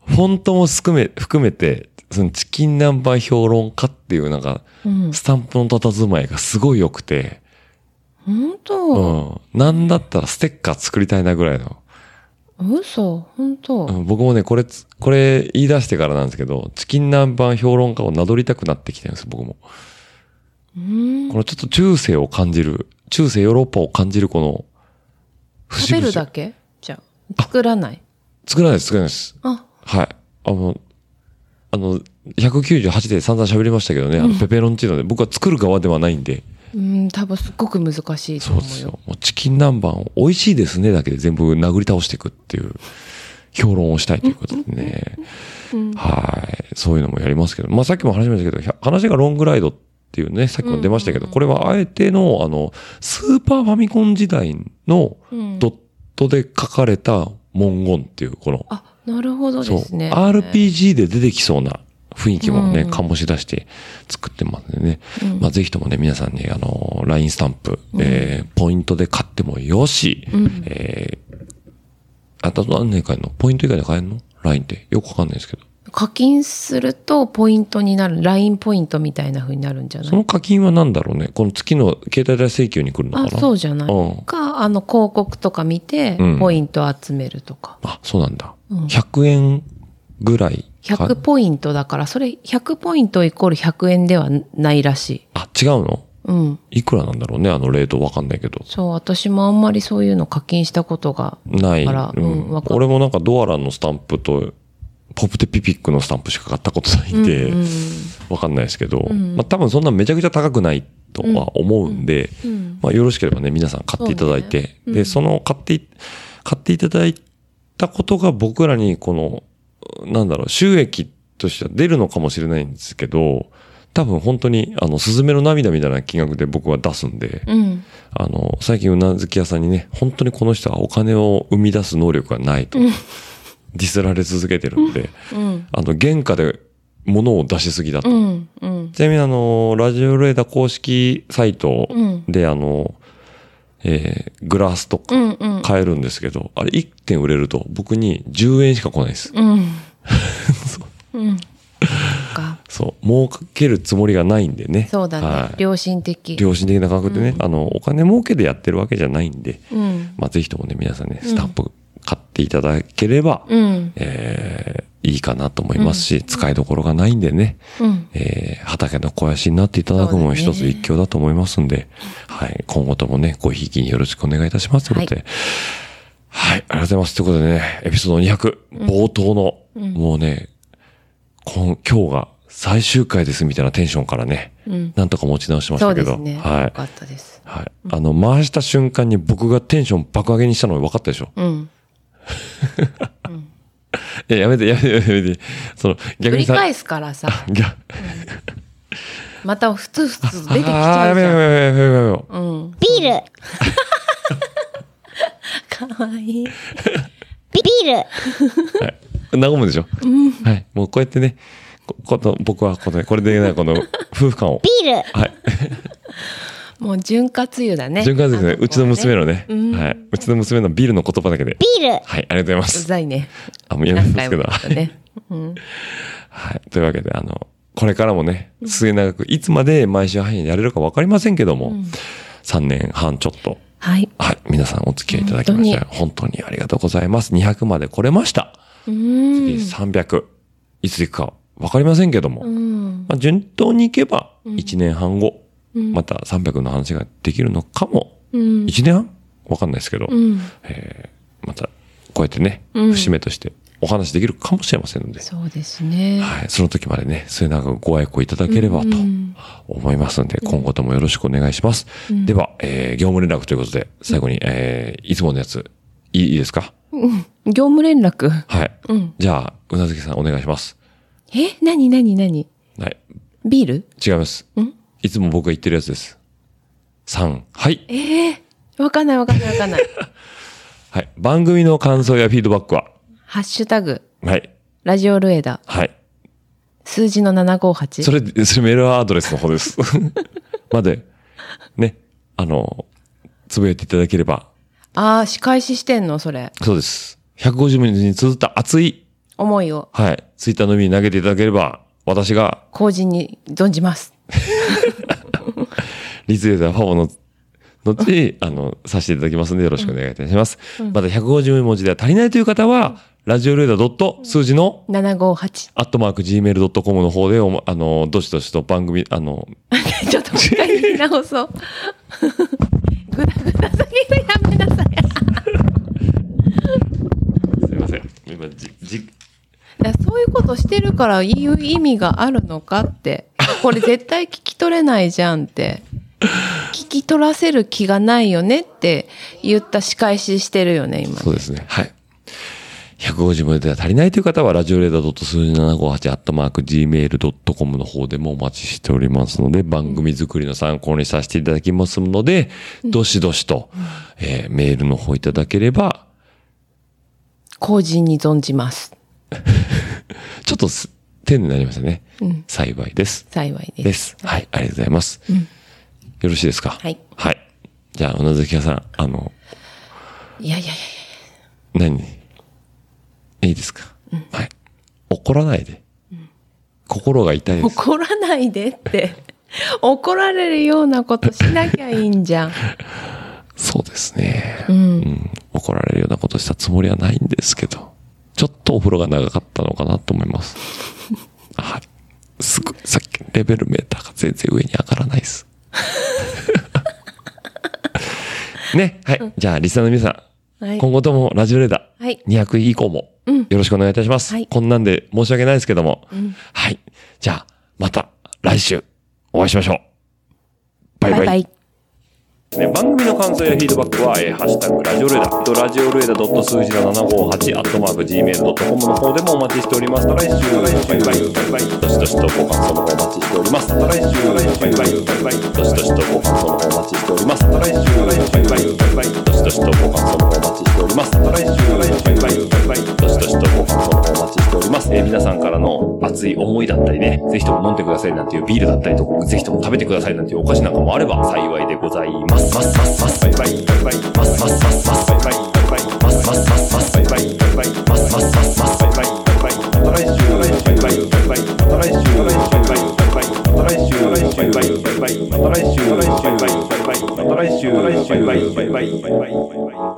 フォントも含め、含めて、そのチキン南蛮評論家っていうなんか、
うん
スタンプの佇まいがすごい良くて、
本
う
当、
ん。なんだったらステッカー作りたいなぐらいの。
嘘本当、
うん僕もね、これつ、これ言い出してからなんですけど、チキン南蛮評論家を名乗りたくなってきてるんです、僕も。
うん、
このちょっと中世を感じる、中世ヨーロッパを感じるこの、
食べるだけじゃあ作らない。
作らないです、作らないです。
あ、
はい。あの、あの、198で散々喋りましたけどね、あのペペロンチーノで、僕は作る側ではないんで、
うん、多分すっごく難しいと
そう
思
で
う
す
よ。
よ。もうチキン南蛮を美味しいですねだけで全部殴り倒していくっていう評論をしたいということでね。はい。そういうのもやりますけど。まあさっきも話しましたけど、ひゃ話がロングライドっていうね、さっきも出ましたけど、これはあえての、あの、スーパーファミコン時代のドットで書かれた文言っていう、この、
あ、なるほど
そう、
ですね。
RPG で出てきそうな雰囲気もね、
うん
醸し出して作ってますんでね。まあ、ぜひともね、皆さんに、あの、LINE スタンプ、えーポイントで買ってもよし、えーあと何年買えるのポイント以外で買えるの ?LINE って。よくわかんないですけど。
課金するとポイントになる、LINE ポイントみたいな風になるんじゃない
その課金は何だろうねこの月の携帯代請求に来るのか
あ、
な
そうじゃない、
うん
か、あの、広告とか見て
うん、
ポイント集めるとか。
あ、そうなんだ。100円ぐらいか。
100ポイントだから、それ100ポイントイコール100円ではないらしい。
あ、違うの
うん。
いくらなんだろうねあのレートわかんないけど。
そう、私もあんまりそういうの課金したことが。
ない。
から
う
うん
ん
わかんない
俺もなんかドアランのスタンプと、ポプテピピックのスタンプしか買ったことないんで、わかんないですけど、まあ多分そんなめちゃくちゃ高くないとは思うんで、まあよろしければね、皆さん買っていただいて、で、その買ってい、買っていただいたことが僕らにこの、なんだろう、収益としては出るのかもしれないんですけど、多分本当に、あの、スズメの涙みたいな金額で僕は出すんで、
うん。
あの、最近うなずき屋さんにね、本当にこの人はお金を生み出す能力がないと、ディスられ続けてるんで、
うん。
あの、原価で物を出しすぎだと。
うん。うん。
ちなみにあの、ラジオレーダー公式サイト
うん
で、あの、えーグラスと
う
か
ん。うん。
買えるんですけど、あれ1点売れると僕に10円しか来ないです。
うん。うん。そうか
そう、儲けるつもりがないんでね。
そうだね。
はい
良心的。
良心的な価格でね、あの、お金儲けでやってるわけじゃないんで、
うん。
まあ、ぜひともね、皆さんね、スタンプ買っっていただければ、
うん。
えーいいかなと思いますし、使いどころがないんでね、
うん。
えー畑の肥やしになっていただくのも一つ一興だと思いますんで、はい、今後ともね、ごひいきによろしくお願いいたしますということで、はい、ありがとうございます。ということでね、エピソード200、冒頭の、もうね、今今日が最終回ですみたいなテンションからね、
うん。
なんとか持ち直しまし
そう
たけ
で
ど、
すね。よ
はい。
かったです。
はい。あの、回した瞬間に僕がテンション爆上げにしたの分かったでしょ
うん。
いや、やめて、やめて、やめてやめて。その、
繰
逆に
り
さ、
返すからさ、
逆
またふつふつ出てき ち
ああー、や
ゃう
め
じ
よう
ゃ
や
ん。
めようやめようやめよう。
うん。
ビール
かわいい。
ビビール
和むでしょ、はい。もうこうやってね、ここの僕はこの、これでね、この夫婦間を。
ビール
はい。
もう潤滑油だね。
循環ですね。うちの娘
の。
のね、
うん
はい。うちの娘のビールの言葉だけで。
ビール
はい。ありがとうございま
う
す。
ざいね。
あ、もうやめ
何
ますけ
回も
ど。
言ったね。うん。
はい。というわけで、あの、これからもね、末永く、いつまで毎週配信やれるかわかりませんけども、3年半ちょっと、
はい。
はい。皆さんお付き合いいただきまして、本当にありがとうございます。200まで来れました。次300。いつ行くかわかりませんけども、
うん。
まあ、順当に行けば、1年半後、また300の話ができるのかも、
うん。
1年半わかんないですけど、
うん。
えーまた、こうやってね、
うん
節目としてお話できるかもしれませんので、
そうですね。
はい、その時までね、末永くご愛顧いただければと
うん
思いますので、今後ともよろしくお願いします。では、えー業務連絡ということで、最後に、えーいつものやつ、いいいいですか
業務連絡。
はい。
うん。
じゃあ、うなずきさんお願いします。
え何何何
はい。
ビール
違います
ん。
いつも僕が言ってるやつです。3、はい。
ええわかんないわかんないわかんない。
はい。番組の感想やフィードバックは、
ハッシュタグ、
はい。
ラジオルエダ、
はい。
数字の
そ
758。
れ、それメールアドレスの方です。 まで、ね、あの、つぶやいていただければ、
ああ、仕返ししてんのそれ。
そうです。150文字に綴った熱い、
思いを、
はい、ツイッターの海に投げていただければ、私が、
後人に存じます。
リツイートやファボの、後、あの、させていただきますので、よろしくお願いいたします。また、150文字では足りないという方は、ラジオルエダドット数字の、
758。
アットマーク gmail.com の方でおも、あの、どしどしと番組、あの、
ちょっともう一回言い直そう。 ぐだぐだすぎる。やめなさい。
すいません。今、じ、じ、
だからそういうことしてるから言う意味があるのかって。これ絶対聞き取れないじゃんって。聞き取らせる気がないよねって言った仕返ししてるよね、今。
そうですね。はい。150文字では足りないという方は、ラジオレーダー数字758アットマーク gmail.com の方でもお待ちしておりますので、番組作りの参考にさせていただきますので、どしどしと、えーメールの方いただければ、
後人に存じます。
ちょっとす丁寧になりましたね。
うん
幸いです。
幸いです。
です。はい、ありがとうございます。よろしいですか
はい。
はい。じゃあ、うなずき屋さん、あの、
いやいやいやい
何いいですか、はい。怒らないで。心が痛い
や、
です。
怒らないでって。怒られるようなことしなきゃいいんじゃん。
そうですね、
う。
うんん。怒られるようなことしたつもりはないんですけど、ちょっとお風呂が長かったのかなと思い ます。はい。すごい、さっきのレベルメーターが全然上に上がらない です。ね、はい。じゃあ、リスナーの皆さん、
はい。
今後ともラジオレーダ
はい
ー、200位以降も、よろしくお願いいたします。
はい
こんなんで申し訳ないですけども、はい。じゃあ、また来週お会いしましょう。バイバイ。
バイバイ
ね、番組の感想やフィードバックは、えーハッシュタグ、ラジオルエダ、とラジオルエダ数字の758、アットマーク、gmail.com の方でもお待ちしております。また来週、バイバイ、バイバイ、どしどしとご感想の方お待ちしております。また来週、バイバイ、バイバイ、どしどしとご感想の方お待ちしております。また来週、バイバイ、バイバイ、どしどしとご感想の方お待ちしております。また来週、バイバイ、バイバイ、どしどしとご感想の方お待ちしております。えー皆さんからの熱い思いだったりね、ぜひとも飲んでくださいなんていうビールだったりとか、ぜひとも食べてくださいなんていうお菓子なんかもあれば幸いでございます。ますますますバイバイ、バイバイ、ますますますますバイバイ、バイバイ、ますますますますバイバイ、バイバイ、ますますますますバイバイ、バイバイ、また来週、バイバイ、バイバイ、また来週、バイバイ、バイバイ、また来週、バイバイ、バイバイ、また来週、バイバイ、バイバイ、また来週、バイバイ、バイバイ、バイバイ、バイバイ。